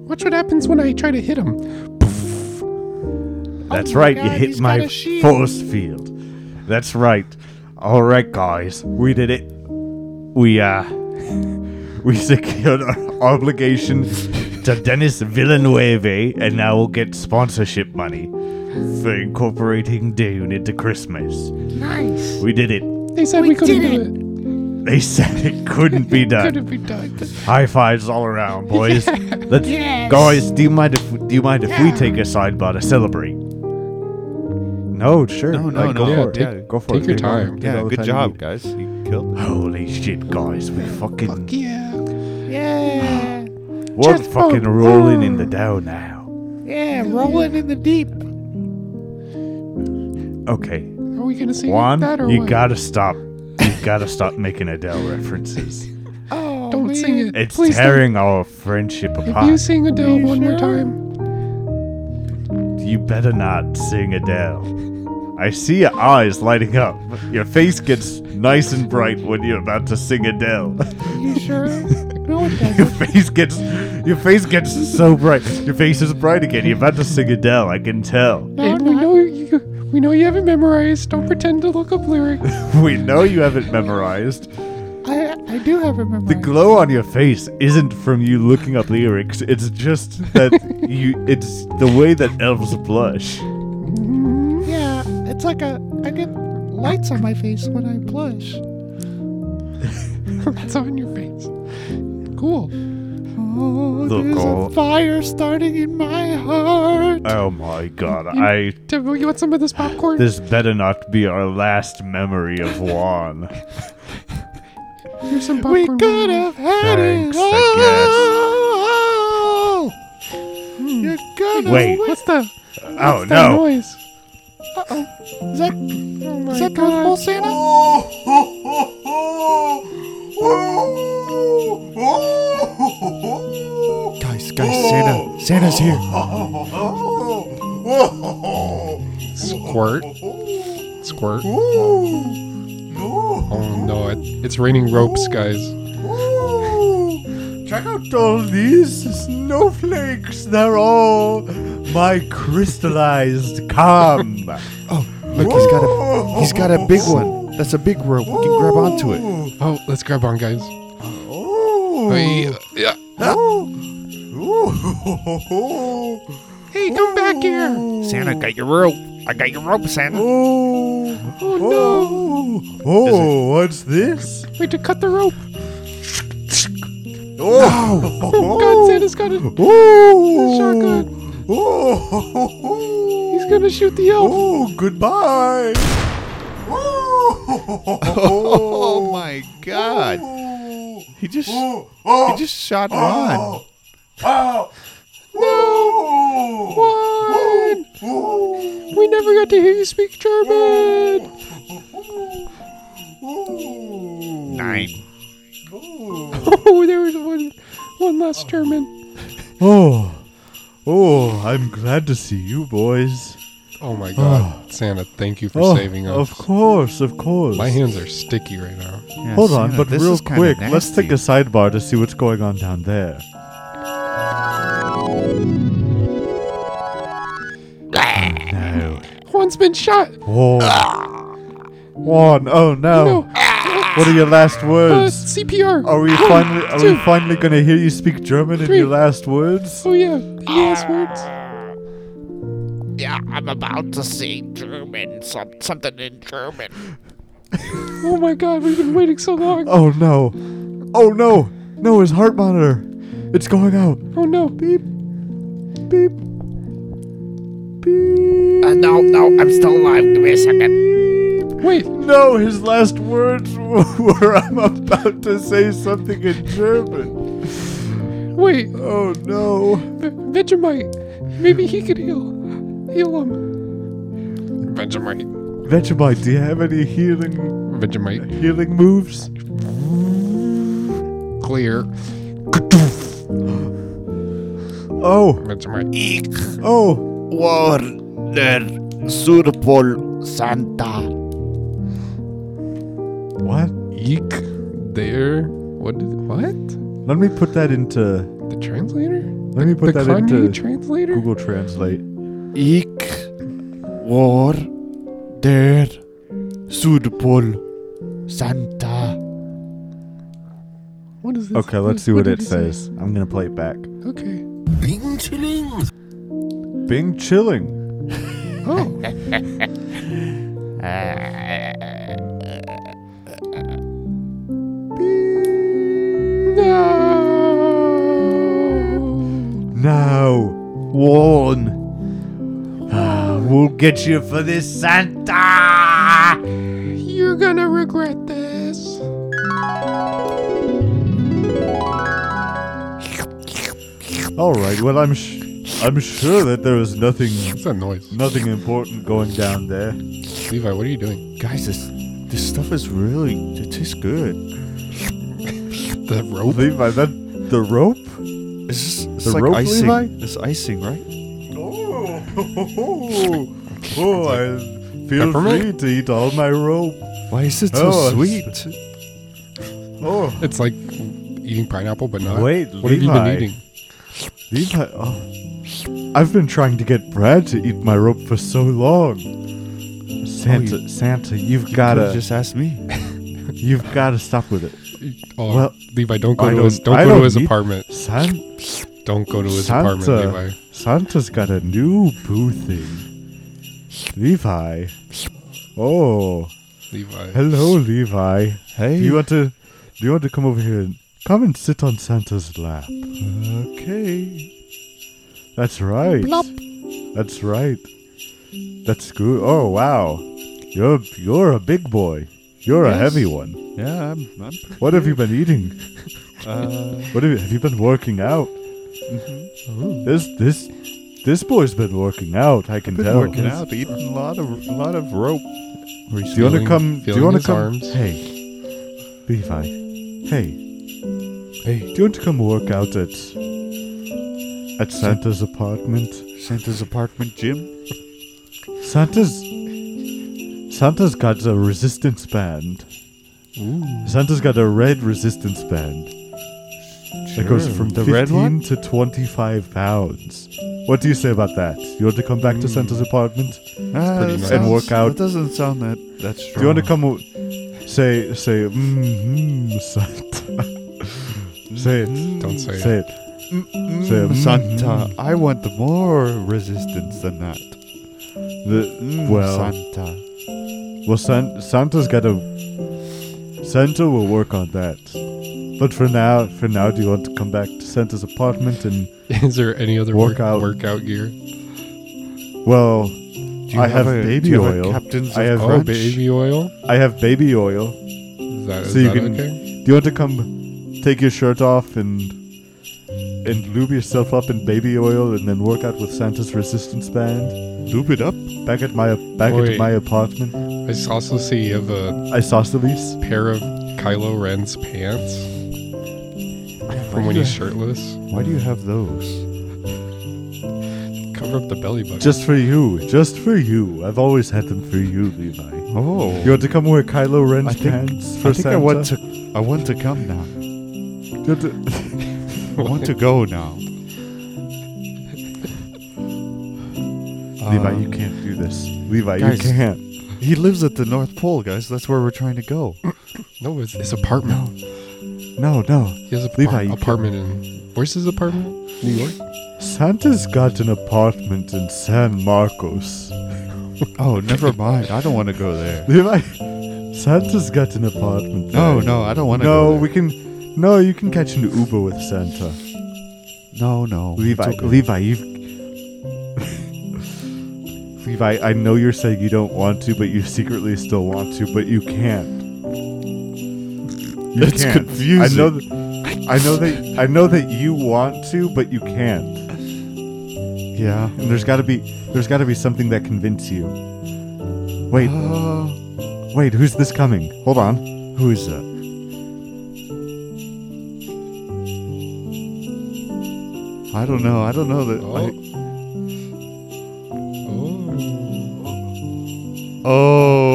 Speaker 6: Watch what happens when I try to hit him.
Speaker 1: That's
Speaker 7: my
Speaker 1: right, you
Speaker 7: God,
Speaker 1: hit
Speaker 7: he's
Speaker 1: my
Speaker 7: got a shield.
Speaker 1: force field. That's right. All right, guys, we did it. We uh, [laughs] we secured our obligation to Dennis Villeneuve, and now we'll get sponsorship money for incorporating Dune into Christmas.
Speaker 7: Nice.
Speaker 1: We did it.
Speaker 6: They said we, couldn't
Speaker 7: did
Speaker 6: do it.
Speaker 1: They said it couldn't
Speaker 7: [laughs]
Speaker 1: be
Speaker 6: Could
Speaker 1: done.
Speaker 6: have been done.
Speaker 1: High fives all around, boys. Let's, guys. Do you mind if do you mind if we take a sidebar to celebrate? No, sure.
Speaker 3: No, no,
Speaker 1: Like, go
Speaker 3: no.
Speaker 1: for
Speaker 3: Yeah,
Speaker 1: it.
Speaker 3: take-
Speaker 1: go for
Speaker 6: take
Speaker 1: it.
Speaker 6: your
Speaker 1: Take all-
Speaker 6: time.
Speaker 1: take
Speaker 3: Yeah,
Speaker 1: all the
Speaker 3: good
Speaker 1: time you
Speaker 3: job,
Speaker 1: need.
Speaker 3: guys. You killed it.
Speaker 1: Holy shit, guys! We fucking
Speaker 6: Yeah.
Speaker 7: Yeah.
Speaker 1: we're
Speaker 7: Just
Speaker 1: fucking
Speaker 7: for-
Speaker 1: rolling in the dough now.
Speaker 7: Yeah, rolling in the deep.
Speaker 1: Okay,
Speaker 6: Are we gonna sing
Speaker 1: Juan,
Speaker 6: that or
Speaker 1: you
Speaker 6: what?
Speaker 1: gotta stop. You gotta stop making Adele
Speaker 6: [laughs]
Speaker 1: references.
Speaker 7: Oh,
Speaker 6: Don't
Speaker 7: man.
Speaker 6: sing it.
Speaker 1: It's
Speaker 6: Please don't.
Speaker 1: tearing our friendship apart.
Speaker 6: If you sing Adele
Speaker 7: you
Speaker 6: one more
Speaker 7: sure?
Speaker 6: time,
Speaker 1: You better not sing Adele. I see your eyes lighting up. Your face gets nice and bright when you're about to sing Adele. [laughs]
Speaker 7: You
Speaker 6: [laughs]
Speaker 7: sure? no, it
Speaker 1: Your
Speaker 7: doesn't.
Speaker 1: face gets your face gets so bright. Your face is bright again. You're about to sing Adele, I can tell.
Speaker 7: No,
Speaker 6: and we
Speaker 7: not-
Speaker 6: know you, we know you haven't memorized. Don't pretend to look up lyrics.
Speaker 1: We know you haven't memorized.
Speaker 7: I, I do have
Speaker 1: The
Speaker 7: a memory.
Speaker 1: glow on your face isn't from you looking up lyrics. It's just that you it's the way that elves blush.
Speaker 7: yeah, it's like a. I get lights on my face when I blush.
Speaker 6: That's on your face. Cool.
Speaker 7: Oh,
Speaker 1: Look,
Speaker 7: there's
Speaker 1: all-
Speaker 7: a fire starting in my heart.
Speaker 1: Oh my god, I
Speaker 6: Devil, you want some of this popcorn?
Speaker 1: this better not be our last memory of Juan.
Speaker 6: Here's some
Speaker 7: we
Speaker 6: popcorn.
Speaker 7: could have had
Speaker 1: Thanks,
Speaker 7: it
Speaker 1: I
Speaker 7: all. You're gonna
Speaker 1: Wait.
Speaker 7: win.
Speaker 6: What's the
Speaker 1: Oh
Speaker 6: what's that
Speaker 1: no!
Speaker 6: noise?
Speaker 7: Is that,
Speaker 1: Oh
Speaker 7: is that Darth Maul Santa?
Speaker 8: Guys, guys, Santa, Santa's here.
Speaker 2: Squirt.
Speaker 8: Squirt.
Speaker 2: Oh no, it,
Speaker 8: it's raining
Speaker 2: ropes, guys.
Speaker 1: Check out all these snowflakes. They're all my crystallized calm.
Speaker 8: Look, he's got a he's got a big one. That's a big rope. We can grab onto it.
Speaker 2: oh, let's grab on, guys.
Speaker 8: Oh.
Speaker 2: yeah.
Speaker 6: Hey, come back here.
Speaker 9: Santa, I got your rope. I got your rope, Santa.
Speaker 6: Oh,
Speaker 1: Oh, oh what's this?
Speaker 6: We had to cut the rope.
Speaker 1: Oh,
Speaker 6: [laughs] Oh, God, Santa's got a
Speaker 1: oh,
Speaker 6: shotgun.
Speaker 1: Oh,
Speaker 6: He's gonna shoot the elf.
Speaker 1: Oh, goodbye.
Speaker 3: Oh my god. He just he just shot Ron.
Speaker 6: Juan!
Speaker 1: Oh.
Speaker 6: We never got to hear you speak German.
Speaker 3: Nine.
Speaker 6: Oh, there was one, one last German.
Speaker 1: Oh, oh, I'm glad to see you boys.
Speaker 2: Oh my god. Santa, thank you for
Speaker 1: oh,
Speaker 2: saving us.
Speaker 1: Of course, of course.
Speaker 2: My hands are sticky right now.
Speaker 3: Yeah,
Speaker 1: Hold on,
Speaker 3: Santa,
Speaker 1: but
Speaker 3: this
Speaker 1: real
Speaker 3: is kinda
Speaker 1: quick, let's take a
Speaker 3: nasty.
Speaker 1: sidebar to see what's going on down there. Oh, No.
Speaker 6: Juan's been shot.
Speaker 1: Juan. Juan, oh no.
Speaker 6: No.
Speaker 1: What are your last
Speaker 6: Uh,
Speaker 1: words?
Speaker 6: CPR.
Speaker 1: Are we finally are we
Speaker 6: two,
Speaker 1: finally gonna hear you speak German in
Speaker 6: three.
Speaker 1: your last words?
Speaker 6: Oh yeah, the
Speaker 1: Ah.
Speaker 6: last words.
Speaker 9: Yeah, I'm about to sing German, some, something in German.
Speaker 6: Oh my God, we've been waiting so long.
Speaker 1: Oh no. Oh no. No, his heart monitor. It's going out.
Speaker 6: Oh no.
Speaker 1: Beep. Beep. Beep.
Speaker 9: Uh, no, no, I'm still alive. Give me a second.
Speaker 6: Wait,
Speaker 1: No, his last words [laughs] were I'm about to say something in German.
Speaker 6: wait.
Speaker 1: Oh no.
Speaker 6: V- Vegemite. Maybe he could heal. Heal him.
Speaker 2: Vegemite.
Speaker 1: Vegemite, do you have any healing
Speaker 2: Vegemite.
Speaker 1: healing moves?
Speaker 2: Clear.
Speaker 1: Oh,
Speaker 2: Vegemite.
Speaker 9: Ich
Speaker 1: oh.
Speaker 9: war der Superpol Santa.
Speaker 1: What?
Speaker 2: Eek. There. What? Did, what?
Speaker 1: Let me put that into
Speaker 2: The translator?
Speaker 1: Let me put
Speaker 6: the
Speaker 1: that
Speaker 6: Kanye
Speaker 1: into
Speaker 6: translator.
Speaker 1: Google Translate.
Speaker 9: Ich war der Superpol Santa.
Speaker 6: What is this?
Speaker 1: Okay, let's see what it says. I'm going to play it back.
Speaker 6: Okay.
Speaker 1: Bing chilling.
Speaker 6: Oh,
Speaker 1: No, Warn. Ah, we'll get you for this, Santa.
Speaker 6: You're gonna regret this.
Speaker 1: All right. Well, I'm sh- I'm sure that there is nothing
Speaker 2: What's that noise?
Speaker 1: nothing important going down there.
Speaker 2: Levi, what are you doing?
Speaker 3: Guys, this this stuff is really it tastes good.
Speaker 2: The rope?
Speaker 1: Levi, that the rope.
Speaker 3: It's just it's
Speaker 1: The
Speaker 3: like
Speaker 1: rope,
Speaker 3: icing.
Speaker 1: Levi?
Speaker 3: It's icing, right?
Speaker 1: Oh, [laughs] oh I feel free to eat all my rope.
Speaker 3: Why is it so
Speaker 1: Oh, it's-
Speaker 3: sweet? [laughs]
Speaker 1: Oh,
Speaker 2: It's like eating pineapple, but not.
Speaker 1: Wait,
Speaker 2: what have you been
Speaker 1: Levi.
Speaker 2: eating?
Speaker 1: Levi, oh, I've been trying to get Brad to eat my rope for so long. Santa, Santa,
Speaker 3: Oh,
Speaker 1: you've
Speaker 3: Could've
Speaker 1: gotta,
Speaker 3: just ask me.
Speaker 1: you've gotta stop with it.
Speaker 2: Oh,
Speaker 1: Well,
Speaker 2: Levi, don't go
Speaker 1: I
Speaker 2: to his
Speaker 1: don't-
Speaker 2: don't
Speaker 1: I
Speaker 2: go
Speaker 1: don't
Speaker 2: to his
Speaker 1: need-
Speaker 2: apartment.
Speaker 1: San,
Speaker 2: Don't go to his
Speaker 1: Santa,
Speaker 2: apartment, Levi.
Speaker 1: Santa's got a new boo thing. Levi, oh,
Speaker 2: Levi.
Speaker 1: hello, Levi.
Speaker 3: Hey.
Speaker 1: Do you want to, do you want to come over here and come and sit on Santa's lap?
Speaker 3: okay.
Speaker 1: That's right. That's right. That's good. Oh wow, you're you're a big boy. You're a heavy one.
Speaker 3: Yeah, I'm, I'm
Speaker 1: What have you been eating?
Speaker 3: uh,
Speaker 1: What have you, have you been working out? This this this boy's been working out. I can
Speaker 3: [laughs] Mm-hmm. been
Speaker 1: tell.
Speaker 3: working out, eating a lot of a lot of rope.
Speaker 1: Do you want to
Speaker 2: Feeling-
Speaker 1: come? Do you
Speaker 2: feeling
Speaker 1: want to
Speaker 2: his
Speaker 1: come?
Speaker 2: arms.
Speaker 1: Hey, Levi. Hey. Hey. Do you want to come work out at at Santa's apartment?
Speaker 3: Santa's apartment gym.
Speaker 1: Santa's Santa's got a resistance band. Santa's got a red resistance band. It goes from
Speaker 3: The
Speaker 1: 15
Speaker 3: red one?
Speaker 1: to 25 pounds. What do you say about that? You want to come back
Speaker 2: Hmm.
Speaker 1: to Santa's apartment?
Speaker 3: Ah,
Speaker 2: pretty
Speaker 3: that
Speaker 2: nice.
Speaker 1: And
Speaker 3: sounds-
Speaker 1: work out.
Speaker 3: That doesn't sound that that strong.
Speaker 1: Do you want to come? o- Say say mm Santa. [laughs] say
Speaker 3: Mm-hmm.
Speaker 1: it.
Speaker 2: Don't say,
Speaker 1: Say it. Say it.
Speaker 3: Santa, I want more resistance than that.
Speaker 1: The,
Speaker 3: Mm,
Speaker 1: well,
Speaker 3: Santa.
Speaker 1: Well, San- Santa's got to. Santa will work on that. But for now, for now, do you want to come back to Santa's apartment and
Speaker 2: it. [laughs] Is there any other work,
Speaker 1: Workout.
Speaker 2: workout gear?
Speaker 1: well,
Speaker 3: you
Speaker 1: I have,
Speaker 3: have a- do
Speaker 1: baby
Speaker 3: you have a
Speaker 1: oil.
Speaker 3: Captain's
Speaker 1: I
Speaker 3: of
Speaker 1: have
Speaker 2: Oh,
Speaker 3: Crunch?
Speaker 2: baby oil.
Speaker 1: I have baby oil.
Speaker 2: Is that, is
Speaker 1: So you
Speaker 2: that
Speaker 1: can-
Speaker 2: okay?
Speaker 1: Do you want to come, take your shirt off and and lube yourself up in baby oil and then work out with Santa's resistance band
Speaker 3: Lube it up.
Speaker 1: back at my back at
Speaker 2: Wait.
Speaker 1: my apartment?
Speaker 2: I s- also see you have a
Speaker 1: Isosceles.
Speaker 2: pair of Kylo Ren's pants from when he's shirtless.
Speaker 3: Why do you have those?
Speaker 2: Cover up the belly button.
Speaker 1: Just for you, just for you. I've always had them for you, Levi.
Speaker 3: Oh,
Speaker 1: You want to come wear Kylo Ren's
Speaker 3: I think,
Speaker 1: pants
Speaker 3: I,
Speaker 1: for
Speaker 3: think
Speaker 1: Santa?
Speaker 3: I want to. I want to come now.
Speaker 1: Do you want to-
Speaker 3: [laughs] I want to go now.
Speaker 1: Levi,
Speaker 3: Um,
Speaker 1: you can't do this. Levi,
Speaker 3: guys.
Speaker 1: you can't.
Speaker 3: He lives at the North Pole, guys. That's where we're trying to go.
Speaker 2: no, it's his apartment.
Speaker 1: No, no.
Speaker 2: He has a
Speaker 1: Levi, you
Speaker 2: apartment in. Where's his apartment? New York.
Speaker 1: Santa's got an apartment in San Marcos.
Speaker 3: Oh, never mind. I don't want to go there.
Speaker 1: Levi, Santa's got an apartment.
Speaker 3: No,
Speaker 1: there.
Speaker 3: no, I don't want to.
Speaker 1: no.
Speaker 3: go there.
Speaker 1: We can. No, you can catch an Uber with Santa.
Speaker 3: No, no.
Speaker 1: Levi,
Speaker 3: it's okay.
Speaker 1: Levi, you've. [laughs] Levi, I know you're saying you don't want to, but you secretly still want to, but you can't. You
Speaker 3: That's
Speaker 1: can't. I
Speaker 3: confusing.
Speaker 1: know. Th- I know that. I know that you want to, but you can't.
Speaker 3: Yeah.
Speaker 1: And there's got to be there's got to be something that convinces you. Wait,
Speaker 3: Uh,
Speaker 1: wait, who's this coming? Hold on.
Speaker 3: who is that? I don't know. I don't know that.
Speaker 1: Oh,
Speaker 3: I-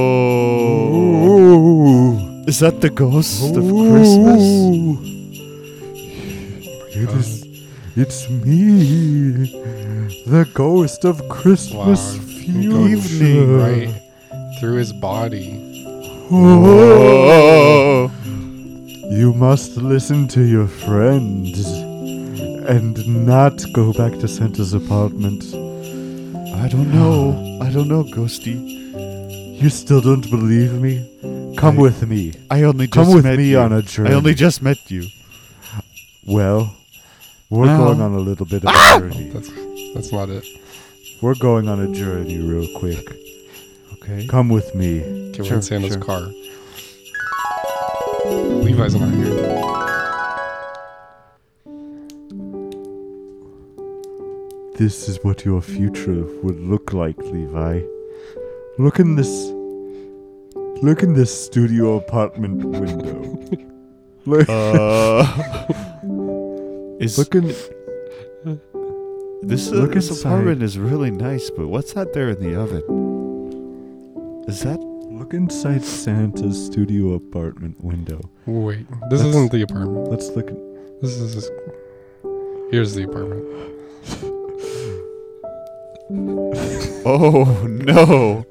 Speaker 3: oh.
Speaker 1: Ooh,
Speaker 3: Is that the ghost of Christmas?
Speaker 1: It is. It's me, the ghost of Christmas
Speaker 2: Wow,
Speaker 1: future.
Speaker 2: Evening, right? Through his body.
Speaker 1: Oh. You must listen to your friends and not go back to Santa's apartment.
Speaker 3: I don't know. I don't know, Ghosty.
Speaker 1: You still don't believe me? Come
Speaker 3: I-
Speaker 1: with me.
Speaker 3: I only just
Speaker 1: Come with
Speaker 3: met
Speaker 1: me
Speaker 3: you.
Speaker 1: on a journey.
Speaker 3: I only just met you.
Speaker 1: Well, We're
Speaker 3: Well. Ah!
Speaker 1: going on a little bit of a journey.
Speaker 2: That's that's not it.
Speaker 1: We're going on a journey real quick.
Speaker 3: Okay.
Speaker 1: Come with me.
Speaker 2: Okay, we're
Speaker 3: Sure,
Speaker 2: in Santa's
Speaker 3: sure.
Speaker 2: car. Levi's not here.
Speaker 1: This is what your future would look like, Levi. Look in this. Look in this studio apartment window.
Speaker 3: [laughs]
Speaker 1: look,
Speaker 3: Uh, is
Speaker 1: look in.
Speaker 3: this,
Speaker 1: look
Speaker 3: this
Speaker 1: inside.
Speaker 3: apartment is really nice, but what's that there in the oven? Is that
Speaker 1: Look inside Santa's studio apartment window.
Speaker 2: Wait, this
Speaker 1: That's-
Speaker 2: isn't the apartment.
Speaker 1: Let's look. at-
Speaker 2: This is his. Here's the apartment.
Speaker 3: Oh no!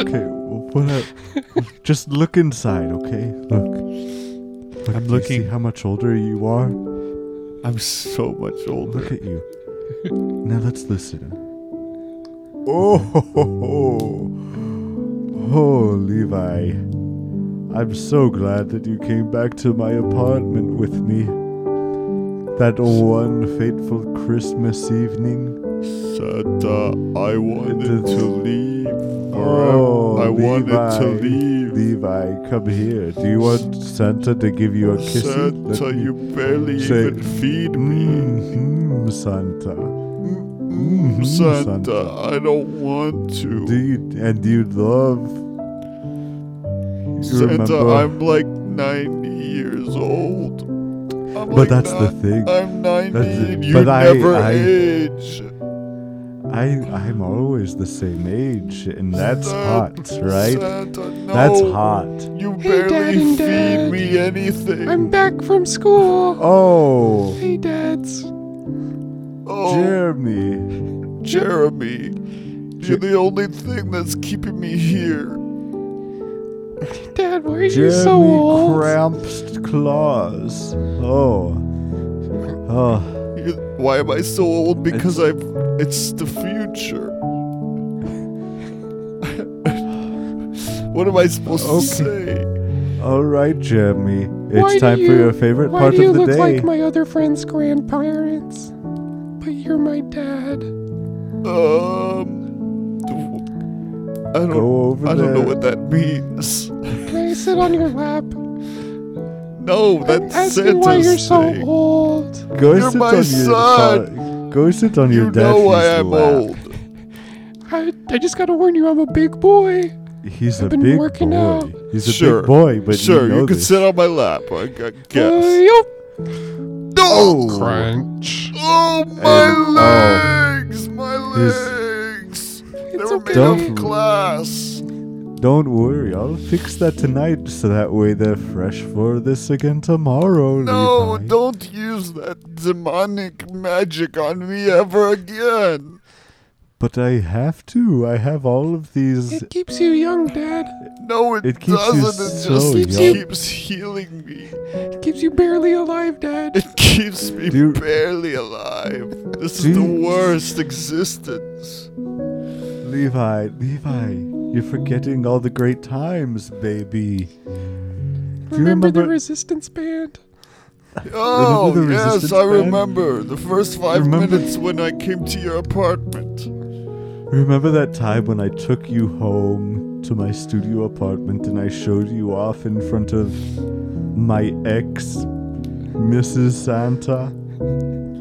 Speaker 1: Okay, well, what? I- just look inside, okay? Look. Look,
Speaker 3: I'm
Speaker 1: do you See
Speaker 3: looking-
Speaker 1: how much older you are.
Speaker 3: I'm so much older.
Speaker 1: Look at [laughs] you. now let's listen. Oh, [laughs] ho, ho, ho. oh, Levi. I'm so glad that you came back to my apartment with me. That one fateful Christmas evening.
Speaker 3: Santa, I wanted
Speaker 1: It's-
Speaker 3: to leave.
Speaker 1: Oh,
Speaker 3: forever. I wanted to
Speaker 1: Levi.
Speaker 3: leave.
Speaker 1: Levi, come here. Do you want Santa to give you a kiss? Let
Speaker 3: Santa,
Speaker 1: me-
Speaker 3: you barely
Speaker 1: say-
Speaker 3: even feed me.
Speaker 1: Mhm, Santa. Mhm,
Speaker 3: Santa, I don't want to.
Speaker 1: Do you, and do you love? You
Speaker 3: Santa,
Speaker 1: remember-
Speaker 3: I'm like 90 years old. I'm
Speaker 1: But that's the thing.
Speaker 3: I'm 90.
Speaker 1: it.
Speaker 3: you
Speaker 1: But I-
Speaker 3: never
Speaker 1: I-
Speaker 3: age.
Speaker 1: I I'm always the same age, and that's hot,
Speaker 3: Santa,
Speaker 1: right?
Speaker 3: Santa, no.
Speaker 1: That's hot.
Speaker 3: You
Speaker 6: Hey, Dad
Speaker 3: barely
Speaker 6: and
Speaker 3: feed
Speaker 6: Dad.
Speaker 3: me anything.
Speaker 6: I'm back from school.
Speaker 1: Oh,
Speaker 6: Hey, dads.
Speaker 3: oh,
Speaker 1: Jeremy,
Speaker 3: Jeremy, you're the only thing that's keeping me here.
Speaker 6: Dad, why are you
Speaker 1: Jeremy
Speaker 6: so old?
Speaker 1: cramped claws. Oh, oh,
Speaker 3: You- Why am I so old? Because I've. It's the future. [laughs] what am I supposed to
Speaker 1: all right, Jeremy. It's
Speaker 6: Why do
Speaker 1: time for
Speaker 6: you-
Speaker 1: your favorite
Speaker 6: Why
Speaker 1: part
Speaker 6: do you
Speaker 1: of the
Speaker 6: look
Speaker 1: day.
Speaker 6: like my other friend's grandparents? But you're my dad.
Speaker 3: say? Um. I don't.
Speaker 1: Go over
Speaker 3: I
Speaker 1: there.
Speaker 3: don't know what that means.
Speaker 6: Can I sit on your lap?
Speaker 3: No, that's
Speaker 6: Ask me
Speaker 3: Santa's
Speaker 6: why you're so
Speaker 3: thing.
Speaker 6: old.
Speaker 1: Go
Speaker 3: You're
Speaker 1: sit
Speaker 3: my
Speaker 1: on your
Speaker 3: son.
Speaker 1: fa- Go sit on
Speaker 3: You
Speaker 1: your dad's
Speaker 3: know why I'm
Speaker 1: lap.
Speaker 3: old.
Speaker 6: I, I just gotta warn you, I'm a big boy.
Speaker 1: He's a
Speaker 6: been
Speaker 1: big
Speaker 6: working
Speaker 1: boy.
Speaker 6: out.
Speaker 1: He's a
Speaker 3: Sure.
Speaker 1: big boy, but
Speaker 3: sure,
Speaker 1: you
Speaker 3: you,
Speaker 1: know
Speaker 3: can
Speaker 1: this.
Speaker 3: sit on my lap. I g-
Speaker 6: Uh,
Speaker 3: guess.
Speaker 6: yup.
Speaker 3: No.
Speaker 2: Crunch.
Speaker 3: Oh my
Speaker 1: oh.
Speaker 3: legs! My
Speaker 1: This-
Speaker 3: legs! They
Speaker 6: It's
Speaker 3: were
Speaker 6: okay.
Speaker 3: made out of
Speaker 1: Don't-
Speaker 3: glass.
Speaker 1: Don't worry, I'll fix that tonight so that way they're fresh for this again tomorrow.
Speaker 3: No,
Speaker 1: Levi.
Speaker 3: don't use that demonic magic on me ever again.
Speaker 1: But I have to. I have all of these.
Speaker 6: It keeps you young, Dad.
Speaker 3: No, it,
Speaker 1: It keeps you
Speaker 3: doesn't. It
Speaker 1: so
Speaker 3: just keeps,
Speaker 1: young.
Speaker 3: healing me.
Speaker 6: It keeps you barely alive, Dad.
Speaker 3: It keeps me
Speaker 1: Do you-
Speaker 3: barely alive. This
Speaker 1: Do
Speaker 3: is the
Speaker 1: you-
Speaker 3: worst existence.
Speaker 1: Levi, Levi, you're forgetting all the great times, baby. Do you
Speaker 6: Remember, the
Speaker 1: remember-
Speaker 6: resistance band?
Speaker 3: Oh,
Speaker 1: the
Speaker 3: yes,
Speaker 1: resistance
Speaker 3: I
Speaker 1: band?
Speaker 3: remember. The first five
Speaker 1: Remember-
Speaker 3: minutes when I came to your apartment.
Speaker 1: Remember that time when I took you home to my studio apartment and I showed you off in front of my ex, Mrs. Santa?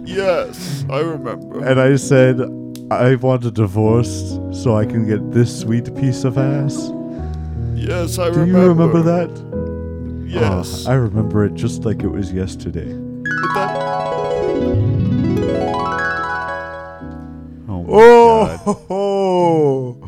Speaker 3: Yes, I remember.
Speaker 1: And I said, I want a divorce so I can get this sweet piece of ass.
Speaker 3: Yes, I
Speaker 1: Do
Speaker 3: remember.
Speaker 1: you remember that?
Speaker 3: Yes.
Speaker 1: Ah, I remember it just like it was yesterday.
Speaker 3: But that-
Speaker 1: Oh, ho,
Speaker 3: [laughs]
Speaker 1: ho.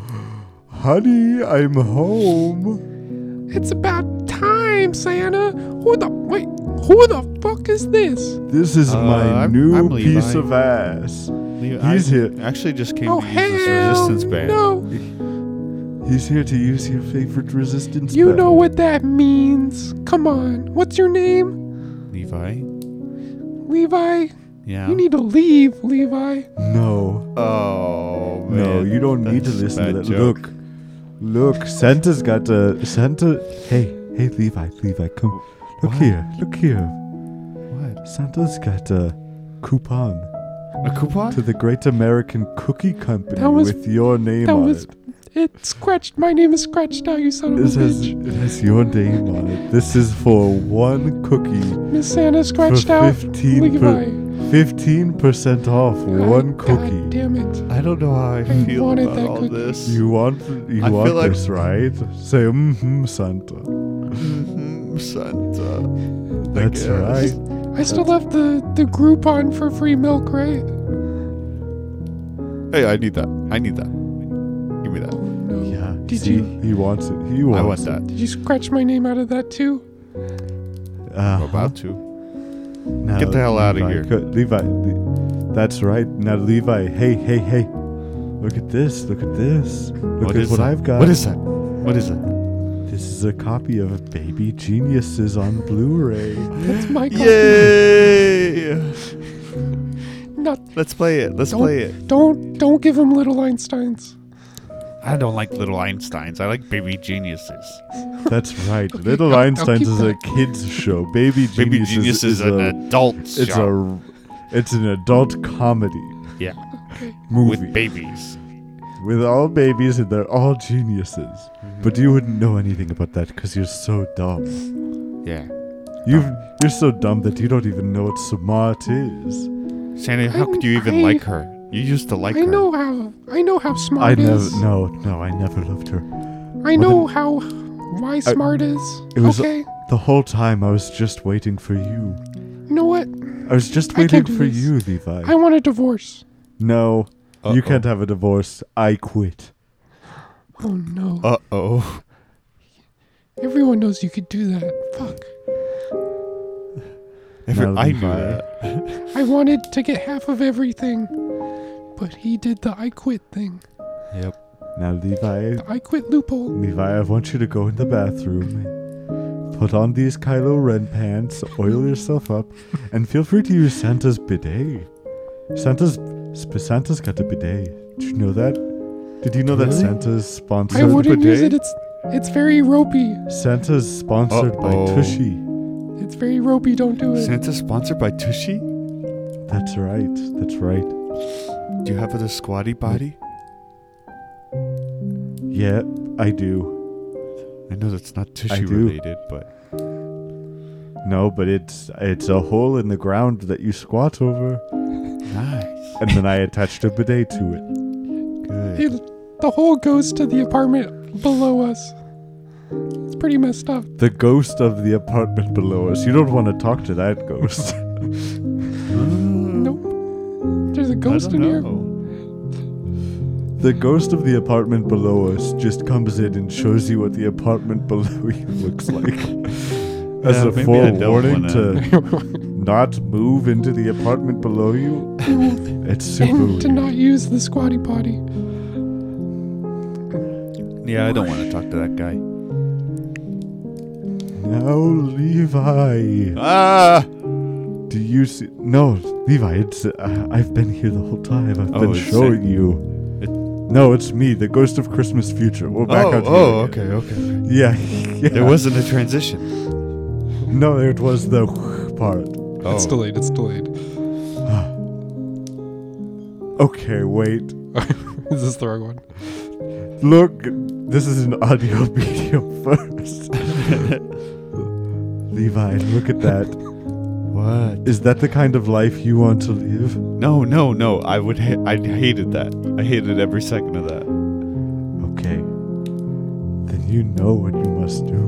Speaker 1: honey, I'm home.
Speaker 6: It's about time, Santa. Who the wait? Who the fuck is this?
Speaker 1: This is
Speaker 3: Uh,
Speaker 1: my
Speaker 3: I'm-
Speaker 1: new
Speaker 3: I'm
Speaker 1: piece
Speaker 3: Levi.
Speaker 1: of ass. He's
Speaker 3: I
Speaker 1: here.
Speaker 3: actually just came
Speaker 6: Oh
Speaker 3: to
Speaker 6: hell
Speaker 3: use this resistance band.
Speaker 6: no!
Speaker 1: He's here to use your favorite resistance.
Speaker 6: You
Speaker 1: band.
Speaker 6: know what that means. Come on. What's your name?
Speaker 3: Levi?
Speaker 6: Levi.
Speaker 3: Yeah.
Speaker 6: You need to leave, Levi.
Speaker 1: No,
Speaker 3: oh, man.
Speaker 1: no, you don't need to
Speaker 3: that's a
Speaker 1: listen to
Speaker 3: bad
Speaker 1: that.
Speaker 3: joke.
Speaker 1: Look, look, Santa's got a Santa. Hey, hey, Levi, Levi, come. Look
Speaker 3: What?
Speaker 1: here, look here.
Speaker 3: What?
Speaker 1: Santa's got a coupon
Speaker 3: A coupon?
Speaker 1: to the Great American Cookie Company
Speaker 6: That was-
Speaker 1: with your name
Speaker 6: that
Speaker 1: on
Speaker 6: was-
Speaker 1: it.
Speaker 6: It scratched. My name is scratched out. You son of
Speaker 1: This
Speaker 6: a
Speaker 1: has,
Speaker 6: bitch.
Speaker 1: it has your name on it. This is for one cookie
Speaker 6: Miss Santa
Speaker 1: for
Speaker 6: scratched out. Look
Speaker 1: 15
Speaker 6: at
Speaker 1: per,
Speaker 6: my-
Speaker 1: 15% off one
Speaker 6: God
Speaker 1: cookie.
Speaker 6: damn it!
Speaker 3: I don't know how I
Speaker 6: I
Speaker 3: feel
Speaker 6: wanted
Speaker 3: about
Speaker 6: that
Speaker 3: all
Speaker 6: cookie.
Speaker 3: this.
Speaker 1: You want you
Speaker 3: I
Speaker 1: want
Speaker 3: feel like-
Speaker 1: this, right? Say mm-hmm, Santa.
Speaker 3: Mm, Santa. I
Speaker 1: That's
Speaker 3: guess.
Speaker 1: right.
Speaker 6: I still have the the Groupon for free milk, right?
Speaker 3: Hey, I need that. I need that. Give me that.
Speaker 6: Oh no.
Speaker 1: Yeah.
Speaker 6: Did
Speaker 1: see,
Speaker 6: you-
Speaker 1: He wants it. He wants
Speaker 3: I want
Speaker 1: it.
Speaker 3: that.
Speaker 6: Did you scratch my name out of that too?
Speaker 1: Uh,
Speaker 3: I'm about to.
Speaker 1: now,
Speaker 3: Get the hell outta
Speaker 1: Levi,
Speaker 3: here.
Speaker 1: co- Levi. Le- that's right. Now, Levi. Hey, hey, hey. Look at this. Look at this. Look at
Speaker 3: is
Speaker 1: what
Speaker 3: that?
Speaker 1: I've got.
Speaker 3: What is that? What is that?
Speaker 1: This is a copy of Baby Geniuses on Blu-ray. [gasps]
Speaker 6: That's my copy.
Speaker 3: Yay!
Speaker 6: Not
Speaker 3: Let's play it. Let's
Speaker 6: Don't-
Speaker 3: play it.
Speaker 6: don't don't give him little Einsteins.
Speaker 3: I don't like little Einsteins. I like baby geniuses.
Speaker 1: That's right. Little
Speaker 6: I'll- I'll
Speaker 1: Einsteins
Speaker 6: keep
Speaker 1: is
Speaker 6: that.
Speaker 1: a kids show. Baby Geniuses,
Speaker 3: Baby geniuses
Speaker 1: is
Speaker 3: is an
Speaker 1: a,
Speaker 3: adult
Speaker 1: it's
Speaker 3: show.
Speaker 1: a it's an adult comedy
Speaker 3: yeah,
Speaker 1: movie
Speaker 3: with babies.
Speaker 1: with all babies and they're all geniuses.
Speaker 3: Mm-hmm.
Speaker 1: But you wouldn't know anything about that because you're so dumb.
Speaker 3: Yeah.
Speaker 1: You've, you're so dumb that you don't even know what smart is.
Speaker 3: Santa, how could you even
Speaker 6: I-
Speaker 3: like her? You used to like
Speaker 6: I
Speaker 3: her.
Speaker 6: know how I know how
Speaker 1: I
Speaker 6: smart
Speaker 1: never,
Speaker 6: is.
Speaker 1: no, no, I never loved her. Well,
Speaker 6: I know how why smart is.
Speaker 1: It was-
Speaker 6: okay.
Speaker 1: The whole time I was just waiting for you.
Speaker 6: You know what?
Speaker 1: I was just
Speaker 6: I
Speaker 1: waiting
Speaker 6: can't do
Speaker 1: for
Speaker 6: this.
Speaker 1: you, Levi.
Speaker 6: I want a divorce.
Speaker 1: no,
Speaker 3: Uh-oh.
Speaker 1: you can't have a divorce. I quit.
Speaker 6: Oh no.
Speaker 3: Uh oh.
Speaker 6: Everyone knows you could do that. Fuck.
Speaker 1: Now
Speaker 3: I knew
Speaker 1: Levi.
Speaker 3: that.
Speaker 6: I wanted to get half of everything. But he did the I quit thing.
Speaker 1: Now, Levi,
Speaker 6: The I quit loophole.
Speaker 1: Levi, I want you to go in the bathroom, put on these Kylo Ren pants, oil yourself up, and feel free to use Santa's bidet. Santa's sp- Santa's got a bidet. Did you know that? Did you know that Santa's sponsored?
Speaker 6: I wouldn't use
Speaker 1: bidet?
Speaker 6: it. It's it's very ropey.
Speaker 1: Santa's sponsored by
Speaker 3: Uh-oh.
Speaker 1: Tushy.
Speaker 6: It's very ropey. Don't do it.
Speaker 3: Santa sponsored by Tushy?
Speaker 1: That's right. That's right.
Speaker 3: Do you have a squatty body?
Speaker 1: Yeah, I do.
Speaker 3: I know that's not Tushy
Speaker 1: do.
Speaker 3: related, but
Speaker 1: No, but it's it's a hole in the ground that you squat over,
Speaker 3: nice.
Speaker 1: and then I attached a bidet to it.
Speaker 3: Good.
Speaker 6: It, the hole goes to the apartment below us. It's pretty messed up.
Speaker 1: the ghost of the apartment below us. You don't want to talk to that ghost.
Speaker 6: mm, Nope. There's a ghost in here.
Speaker 1: the ghost of the apartment below us just comes in and shows you what the apartment [laughs] below you looks
Speaker 3: [laughs]
Speaker 1: like. As
Speaker 3: Yeah,
Speaker 1: a
Speaker 3: maybe I don't
Speaker 1: forewarning
Speaker 3: wanna- [laughs]
Speaker 1: to not move into the apartment below you. It's super
Speaker 6: And to
Speaker 1: weird.
Speaker 6: not use the squatty potty.
Speaker 3: Yeah, I don't want to talk to that guy.
Speaker 1: Now, Levi,
Speaker 3: Ah!
Speaker 1: do you see? No, Levi, it's uh, I've been here the whole time. I've
Speaker 3: Oh,
Speaker 1: been
Speaker 3: it's
Speaker 1: showing
Speaker 3: it.
Speaker 1: you.
Speaker 3: It-
Speaker 1: No, it's me, the ghost of Christmas future. We're back
Speaker 3: oh,
Speaker 1: out here.
Speaker 3: oh okay, okay.
Speaker 1: Yeah, [laughs] yeah.
Speaker 3: There wasn't a transition.
Speaker 1: No, it was the part.
Speaker 3: Oh.
Speaker 2: It's delayed. It's delayed. [laughs]
Speaker 1: Okay, wait.
Speaker 2: Is this the wrong one?
Speaker 1: Look, this is an audio [laughs] medium first. Levi, look at that.
Speaker 3: What?
Speaker 1: Is that the kind of life you want to live?
Speaker 3: No, no, no. I would. Ha- I hated that. I hated every second of that.
Speaker 1: Okay. Then you know what you must do.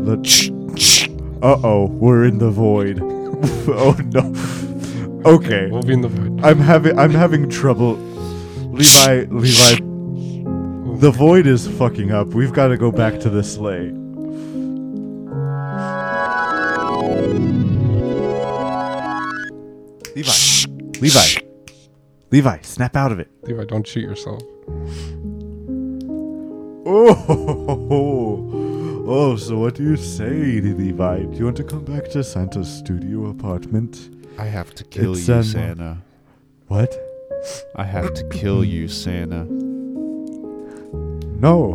Speaker 1: Let. Uh oh, we're in the void. [laughs] oh no. Okay.
Speaker 2: We'll be in the void.
Speaker 1: I'm having I'm having trouble. Levi, Levi, the void is fucking up. We've got to go back to the sleigh. Levi, Levi, Levi, snap out of it.
Speaker 2: Levi, don't shoot yourself.
Speaker 1: Oh, oh. So what do you say, Levi? Do you want to come back to Santa's studio apartment?
Speaker 3: I have to kill
Speaker 1: It's,
Speaker 3: you,
Speaker 1: um,
Speaker 3: Santa.
Speaker 1: What?
Speaker 3: I have to kill you, Santa.
Speaker 1: No.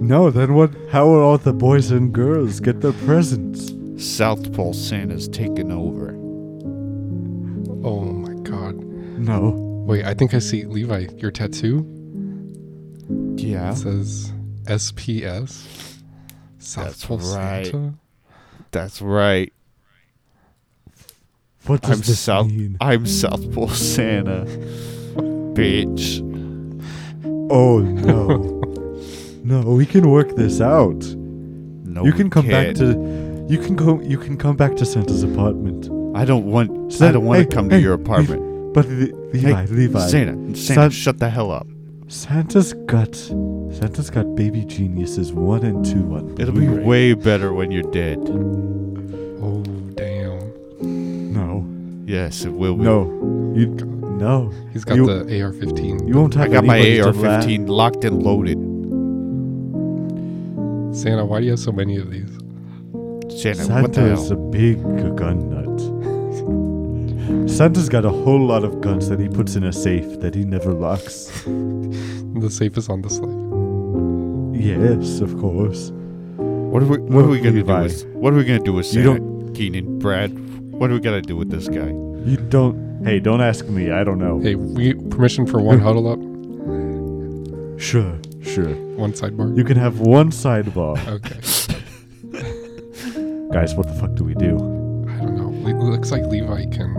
Speaker 1: No, then what? How will all the boys and girls get their presents?
Speaker 3: South Pole Santa's taken over.
Speaker 6: Oh my god.
Speaker 1: No.
Speaker 6: Wait, I think I see Levi, your tattoo
Speaker 2: Yeah.
Speaker 6: says SPS. South
Speaker 3: That's
Speaker 6: Pole
Speaker 3: right.
Speaker 6: Santa.
Speaker 3: That's right.
Speaker 1: What does
Speaker 3: I'm
Speaker 1: this
Speaker 3: South.
Speaker 1: mean?
Speaker 3: I'm South Pole Santa, bitch.
Speaker 1: Oh no. no, we can work this out.
Speaker 3: No,
Speaker 1: you can come back
Speaker 3: can't.
Speaker 1: to you can go you can come back to Santa's apartment.
Speaker 3: I don't want.
Speaker 1: Santa-
Speaker 3: I don't want
Speaker 1: hey,
Speaker 3: to come to
Speaker 1: hey,
Speaker 3: your
Speaker 1: Le-
Speaker 3: apartment.
Speaker 1: But Le- Levi, Levi.
Speaker 3: Santa, Santa,
Speaker 1: San-
Speaker 3: shut the hell up.
Speaker 1: Santa's got Santa's got baby geniuses one and two one.
Speaker 3: It'll be way better when you're dead.
Speaker 6: Oh damn.
Speaker 1: No.
Speaker 3: Yes, it will. Be.
Speaker 1: No. You no.
Speaker 6: He's got
Speaker 1: You-
Speaker 6: the AR-15.
Speaker 1: You won't have
Speaker 3: I got my
Speaker 1: anybody to laugh.
Speaker 3: AR-15 locked and loaded.
Speaker 6: Santa, why do you have so many of these?
Speaker 3: Santa, what the
Speaker 1: Santa
Speaker 3: hell?
Speaker 1: is a big gun nut. Santa's got a whole lot of guns that he puts in a safe that he never locks.
Speaker 6: The safe is on the slide.
Speaker 1: Yes, of course.
Speaker 3: What are we? What are we gonna do?
Speaker 1: Levi.
Speaker 3: With, what are we gonna do with
Speaker 1: You
Speaker 3: Santa? Keenan, Brad. What are we gonna do with this guy?
Speaker 1: You don't. Hey, don't ask me. I don't know.
Speaker 6: Hey, we permission for one huddle up,
Speaker 1: Sure, sure.
Speaker 6: one sidebar.
Speaker 1: You can have one sidebar.
Speaker 6: Okay.
Speaker 1: Guys, what the fuck do we do?
Speaker 6: I don't know. Le- looks like Levi can.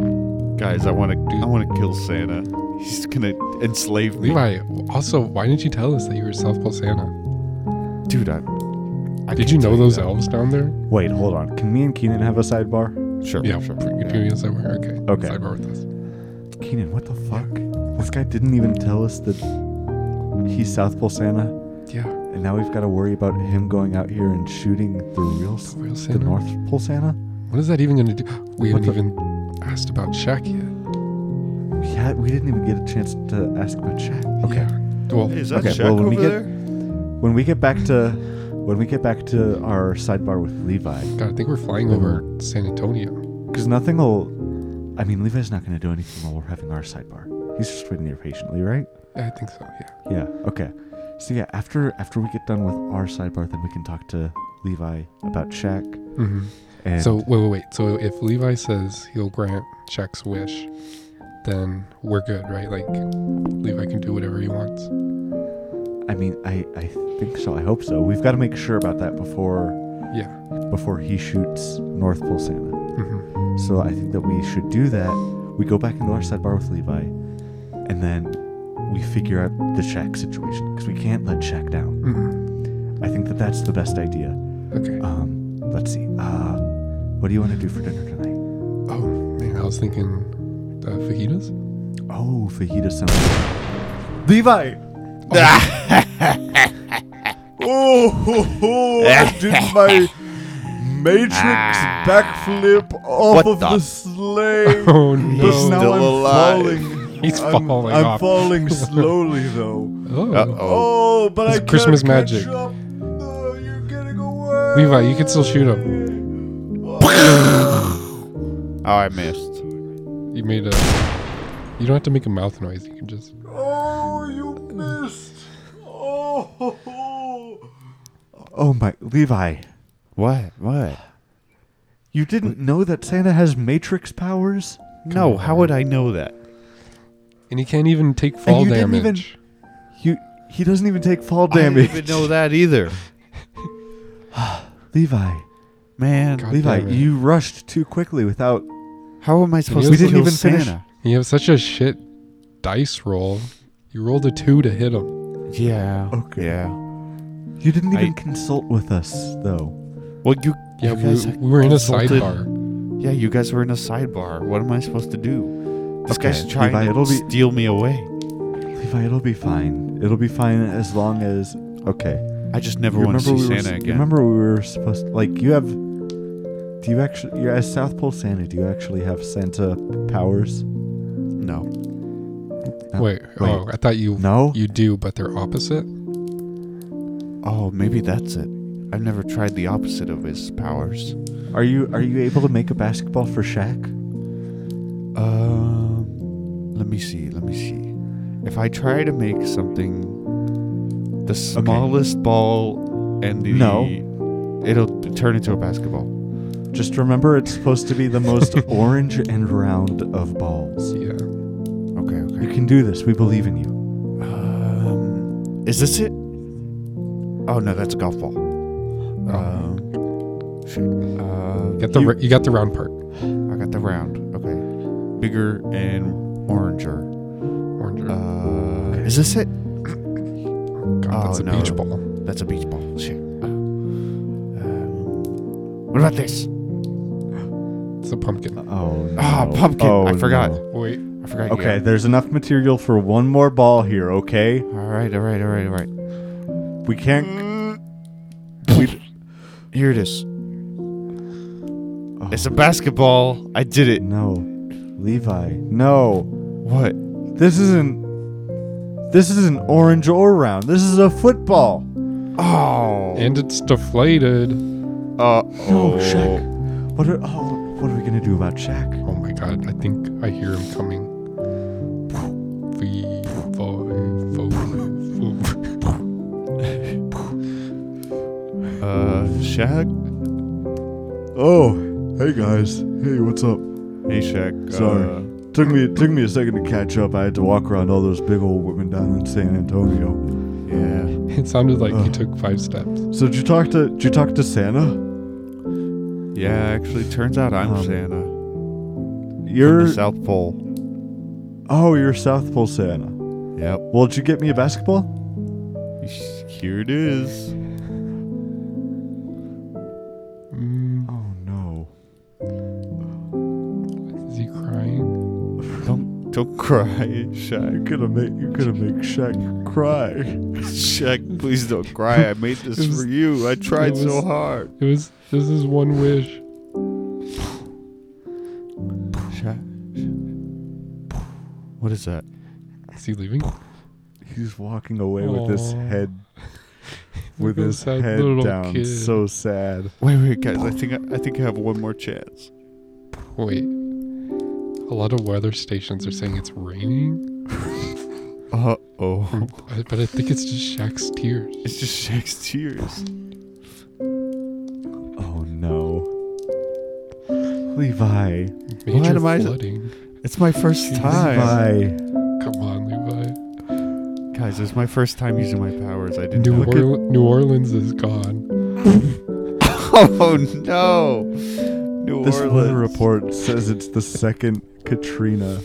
Speaker 3: Guys, I want to. I want to kill Santa. He's gonna enslave me.
Speaker 6: Levi, also, why didn't you tell us that you were South Pole Santa?
Speaker 3: dude. I, I
Speaker 6: Did
Speaker 3: can't
Speaker 6: you
Speaker 3: tell
Speaker 6: know those
Speaker 3: that.
Speaker 6: elves down there?
Speaker 1: Wait, hold on. Can me and Keenan have a sidebar?
Speaker 3: Sure.
Speaker 6: Yeah,
Speaker 3: sure.
Speaker 6: pr- you doing a sidebar? Okay.
Speaker 1: Okay.
Speaker 6: Sidebar with us.
Speaker 1: Keenan, what the fuck? This guy didn't even tell us that he's South Pole Santa,
Speaker 6: Yeah.
Speaker 1: and now we've got to worry about him going out here and shooting the real, s-
Speaker 6: Real
Speaker 1: the
Speaker 6: Santa.
Speaker 1: North Pole Santa.
Speaker 6: What is that even going to do? We
Speaker 1: What
Speaker 6: haven't even asked about Shaq yet.
Speaker 1: Yeah, we didn't even get a chance to ask about Shaq. Okay.
Speaker 6: Yeah. Well,
Speaker 3: Hey, is that
Speaker 1: Okay,
Speaker 3: Shaq
Speaker 1: well, when
Speaker 3: over
Speaker 1: we get-
Speaker 3: there?
Speaker 1: When we get back to when we get back to our sidebar with Levi,
Speaker 6: God, I think we're flying over San Antonio.
Speaker 1: because nothing will. I mean, Levi's not going to do anything while we're having our sidebar. He's just waiting here patiently, right?
Speaker 6: I think so, yeah.
Speaker 1: Yeah. Okay. So yeah, after after we get done with our sidebar, then we can talk to Levi about Shaq.
Speaker 6: Mm-hmm.
Speaker 1: And
Speaker 6: So, wait, wait, wait. So, if Levi says he'll grant Shaq's wish, then we're good, right? Like, Levi can do whatever he wants.
Speaker 1: I mean, I I think so. I hope so. We've got to make sure about that before
Speaker 6: Yeah.
Speaker 1: before he shoots North Pole Santa.
Speaker 6: Mm-hmm.
Speaker 1: So I think that we should do that. We go back into our sidebar with Levi, and then we figure out the Shaq situation because we can't let Shaq down.
Speaker 6: Mm-hmm.
Speaker 1: I think that that's the best idea.
Speaker 6: Okay.
Speaker 1: Um, let's see. Uh, what do you want to do for dinner tonight?
Speaker 6: Oh, man. I was thinking [laughs] uh, fajitas?
Speaker 1: Oh, fajita sounds. Levi. oh, ho, ho, I did my matrix backflip off
Speaker 3: What
Speaker 1: of
Speaker 3: the-
Speaker 1: the sleigh.
Speaker 6: Oh, no.
Speaker 1: But now
Speaker 3: still
Speaker 1: I'm
Speaker 3: alive.
Speaker 1: falling.
Speaker 6: He's
Speaker 1: I'm,
Speaker 6: falling
Speaker 1: I'm
Speaker 6: off.
Speaker 1: falling slowly though.
Speaker 6: Oh.
Speaker 3: Uh-oh.
Speaker 1: Oh, but
Speaker 6: It's
Speaker 1: I
Speaker 6: Christmas
Speaker 1: can't catch
Speaker 6: magic.
Speaker 1: up. No, you're getting away.
Speaker 6: Levi, you can still shoot him.
Speaker 3: Oh, I missed.
Speaker 6: You made a. You don't have to make a mouth noise. You can just.
Speaker 1: Oh, you missed. Oh. ho, ho. Oh my, Levi.
Speaker 3: What? What?
Speaker 1: You didn't know that Santa has matrix powers?
Speaker 3: No, how would I know that?
Speaker 6: And he can't even take fall
Speaker 1: you didn't
Speaker 6: damage.
Speaker 1: even- You he doesn't even take fall
Speaker 3: I
Speaker 1: damage.
Speaker 3: didn't even know that either.
Speaker 1: [laughs] Levi,
Speaker 3: Man,
Speaker 6: God
Speaker 1: Levi,
Speaker 6: damn it.
Speaker 1: you rushed too quickly without
Speaker 3: how am I supposed
Speaker 6: we
Speaker 3: to
Speaker 1: didn't
Speaker 3: kill
Speaker 1: even finish-
Speaker 3: Santa?
Speaker 6: You have such a shit dice roll. You rolled a two to hit him.
Speaker 3: Yeah.
Speaker 1: Okay.
Speaker 3: Yeah.
Speaker 1: You didn't
Speaker 3: I-
Speaker 1: even consult with us though.
Speaker 3: Well, you.
Speaker 6: Yeah,
Speaker 3: you guys
Speaker 6: we, we were in a
Speaker 3: consulted-
Speaker 6: sidebar.
Speaker 3: Yeah, you guys were in a sidebar. What am I supposed to do? This
Speaker 1: Okay,
Speaker 3: guy's trying
Speaker 1: Levi,
Speaker 3: to
Speaker 1: it'll be-
Speaker 3: steal me away.
Speaker 1: Levi, it'll be fine. It'll be fine as long as okay.
Speaker 3: I just never
Speaker 1: You
Speaker 3: want to see
Speaker 1: we were,
Speaker 3: Santa
Speaker 1: s-
Speaker 3: again.
Speaker 1: Remember we were supposed to, like you have do you actually you're as South Pole Santa, do you actually have Santa powers?
Speaker 3: No.
Speaker 1: No.
Speaker 6: Wait, oh, I thought you
Speaker 1: No?
Speaker 6: you do, but they're opposite.
Speaker 3: Oh, maybe that's it. I've never tried the opposite of his powers.
Speaker 1: Are you are you able to make a basketball for Shaq?
Speaker 3: Um, let me see. Let me see. If I try to make something, the smallest ball and the
Speaker 1: No.
Speaker 3: it'll turn into a basketball.
Speaker 1: Just remember it's supposed to be the
Speaker 3: [laughs]
Speaker 1: most orange and round of balls.
Speaker 10: Yeah.
Speaker 11: Okay, okay.
Speaker 1: You can do this. We believe in you.
Speaker 11: Um, is this it? Oh no, that's a golf ball. Um, shit. Uh,
Speaker 2: Got the you, you got the round part.
Speaker 11: I got the round. Okay, bigger and oranger.
Speaker 10: Orange.
Speaker 11: Uh, is this it?
Speaker 10: God, that's
Speaker 11: oh,
Speaker 10: a
Speaker 11: no.
Speaker 10: beach ball.
Speaker 11: That's a beach ball. Shit. Um, what about this?
Speaker 2: It's a pumpkin.
Speaker 1: Oh, no.
Speaker 11: Ah, pumpkin.
Speaker 1: Oh,
Speaker 11: I forgot.
Speaker 1: no.
Speaker 2: Wait,
Speaker 11: I forgot. you
Speaker 1: Okay,
Speaker 11: got-
Speaker 1: there's enough material for one more ball here, okay?
Speaker 11: All right. All right. All right. All right.
Speaker 1: We can't.
Speaker 11: Here it is. It's a basketball. I did it.
Speaker 1: Oh, No. Levi. No.
Speaker 11: What?
Speaker 1: This isn't. This isn't orange or round. This is a football.
Speaker 11: Oh.
Speaker 2: and it's deflated.
Speaker 11: Uh,
Speaker 1: No, Shaq. What are, oh, what are we going to do about Shaq?
Speaker 2: Oh my god, I think I hear him coming. Three, five, four, four.
Speaker 3: Uh, Shaq?
Speaker 1: Oh, hey guys. Hey, what's up?
Speaker 3: Hey, Shaq.
Speaker 1: Sorry.
Speaker 3: Uh,
Speaker 1: Took me took me a second to catch up. I had to walk around all those big old women down in San Antonio.
Speaker 3: yeah.
Speaker 2: [laughs] It sounded like he
Speaker 1: Ugh.
Speaker 2: took five steps.
Speaker 1: So did you talk to did you talk to Santa?
Speaker 3: Yeah, actually, turns out I'm
Speaker 1: Um,
Speaker 3: Santa. from
Speaker 1: You're
Speaker 3: the South Pole.
Speaker 1: oh, you're South Pole Santa.
Speaker 3: Yep.
Speaker 1: Well, did you get me a basketball?
Speaker 3: Here it is.
Speaker 2: Mm,
Speaker 1: Oh no.
Speaker 2: Is he crying?
Speaker 3: Don't don't cry,
Speaker 1: You're
Speaker 3: Shaq.
Speaker 1: gonna make you're gonna make Shaq cry.
Speaker 3: Shaq, please don't cry. I made this
Speaker 2: It was-
Speaker 3: for you. I tried
Speaker 2: it
Speaker 3: so
Speaker 2: was-
Speaker 3: hard.
Speaker 2: It was this is one wish.
Speaker 3: Shaq. What is that?
Speaker 2: Is he leaving?
Speaker 1: He's walking away with his
Speaker 2: Aw.
Speaker 1: head
Speaker 2: [laughs]
Speaker 1: with
Speaker 2: at
Speaker 1: his
Speaker 2: that
Speaker 1: head
Speaker 2: little
Speaker 1: down.
Speaker 2: kid.
Speaker 1: So sad.
Speaker 3: Wait, wait, guys. I think I, I think I have one more chance.
Speaker 2: Wait. A lot of weather stations are saying it's raining,
Speaker 3: Uh oh.
Speaker 2: I- but I think it's just Shaq's
Speaker 3: [laughs]
Speaker 2: tears.
Speaker 3: It's just Shaq's tears.
Speaker 1: Oh no. Levi.
Speaker 2: Major
Speaker 3: am I-
Speaker 2: flooding.
Speaker 3: It's my first time,
Speaker 1: Levi.
Speaker 2: Come on, Levi.
Speaker 3: guys. It's my first time using my powers. I didn't.
Speaker 2: New,
Speaker 3: know.
Speaker 2: Orle- New Orleans is gone.
Speaker 3: [laughs] Oh no. New
Speaker 1: This
Speaker 3: Orleans.
Speaker 1: weather report says it's the second Katrina.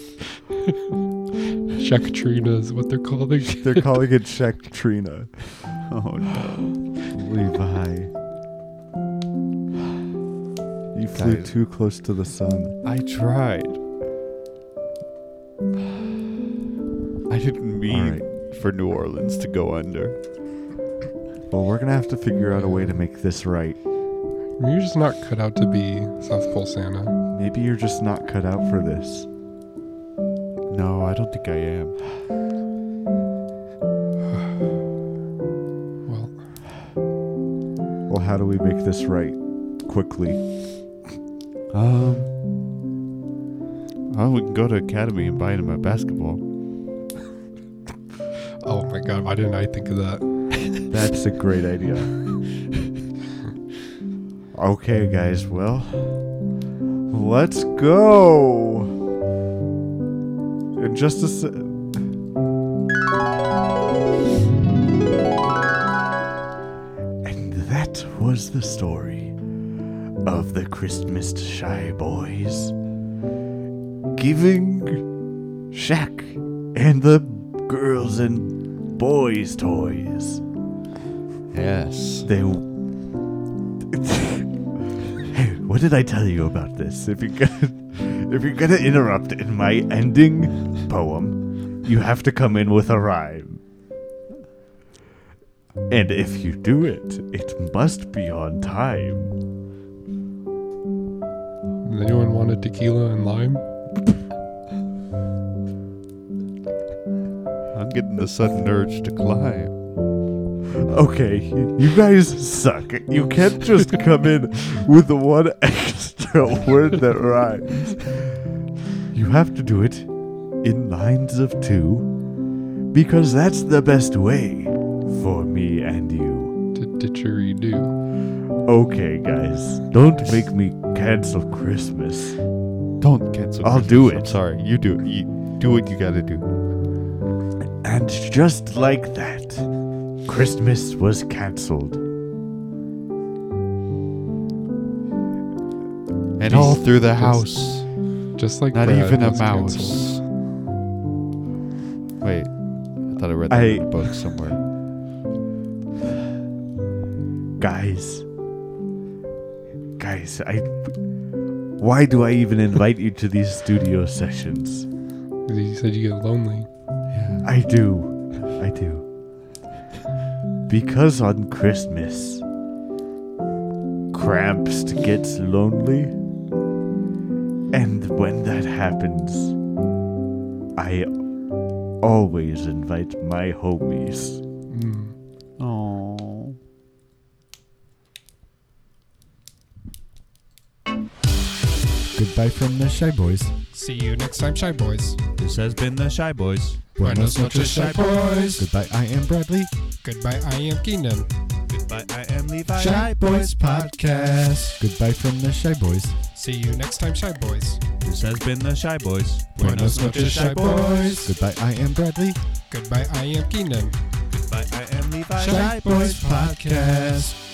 Speaker 2: Shaqtrina is what they're calling [laughs] it.
Speaker 1: They're calling it Shaq Trina.
Speaker 3: [laughs] Oh no.
Speaker 1: Levi.
Speaker 3: [sighs]
Speaker 1: You flew
Speaker 3: Guys.
Speaker 1: too close to the sun.
Speaker 3: I tried. I didn't mean for New Orleans to go under.
Speaker 1: Well, we're gonna have to figure out a way to make this right.
Speaker 2: You're just not cut out to be South Pole Santa.
Speaker 1: Maybe you're just not cut out for this.
Speaker 3: No, I don't think I am.
Speaker 2: Well,
Speaker 1: Well, how do we make this right quickly?
Speaker 3: Um. I would go to academy and buy him a basketball.
Speaker 2: oh my god, why didn't I think of that?
Speaker 1: That's a great idea. okay, guys. Well, let's go. In just a se- And that was the story of the Christmas Shy Boys giving Shaq and the girls and boys toys.
Speaker 3: Yes.
Speaker 1: They. hey, [laughs] what did I tell you about this? If you're gonna, if you're gonna interrupt in my ending poem, you have to come in with a rhyme. And if you do it, it must be on time.
Speaker 2: Anyone want a tequila and lime?
Speaker 3: I'm getting the sudden urge to climb.
Speaker 1: Okay, you guys suck. You can't just come in with the one extra word that rhymes. You have to do it in lines of two because that's the best way for me and you.
Speaker 12: to didgeridoo.
Speaker 1: Okay, guys, don't make me cancel Christmas.
Speaker 3: Don't cancel.
Speaker 1: I'll do
Speaker 3: I'm
Speaker 1: it.
Speaker 3: sorry. You do it. You do what you gotta do.
Speaker 1: And just like that, Christmas was cancelled.
Speaker 3: And all through the house.
Speaker 12: Just like
Speaker 3: Not
Speaker 12: that,
Speaker 3: even a
Speaker 12: it's
Speaker 3: mouse.
Speaker 12: canceled.
Speaker 3: Wait, I thought I read that
Speaker 1: I-
Speaker 3: in a book somewhere.
Speaker 1: Guys, guys, I. Why do I even invite you to these studio sessions?
Speaker 12: You said you get lonely.
Speaker 1: I do. I do. Because on Christmas, Krampst gets lonely. And when that happens, I always invite my homies.
Speaker 12: Mm.
Speaker 4: Oh.
Speaker 13: Goodbye from the Shy Boys.
Speaker 2: See you next time, Shy Boys.
Speaker 4: This has been the Shy Boys.
Speaker 2: Buenas noches, Shy Boys.
Speaker 13: Goodbye, I am Bradley.
Speaker 2: Goodbye, I am Keenan.
Speaker 4: Goodbye. I am Levi.
Speaker 2: Shy Boys Podcast.
Speaker 13: Goodbye from the Shy Boys.
Speaker 2: See you next time, Shy Boys.
Speaker 4: This has been the Shy Boys.
Speaker 2: Buenas noches, Shy Boys.
Speaker 13: Goodbye, I am Bradley.
Speaker 2: Goodbye, I am Keenan.
Speaker 4: Goodbye. I am Levi.
Speaker 2: Shy Boys Podcast.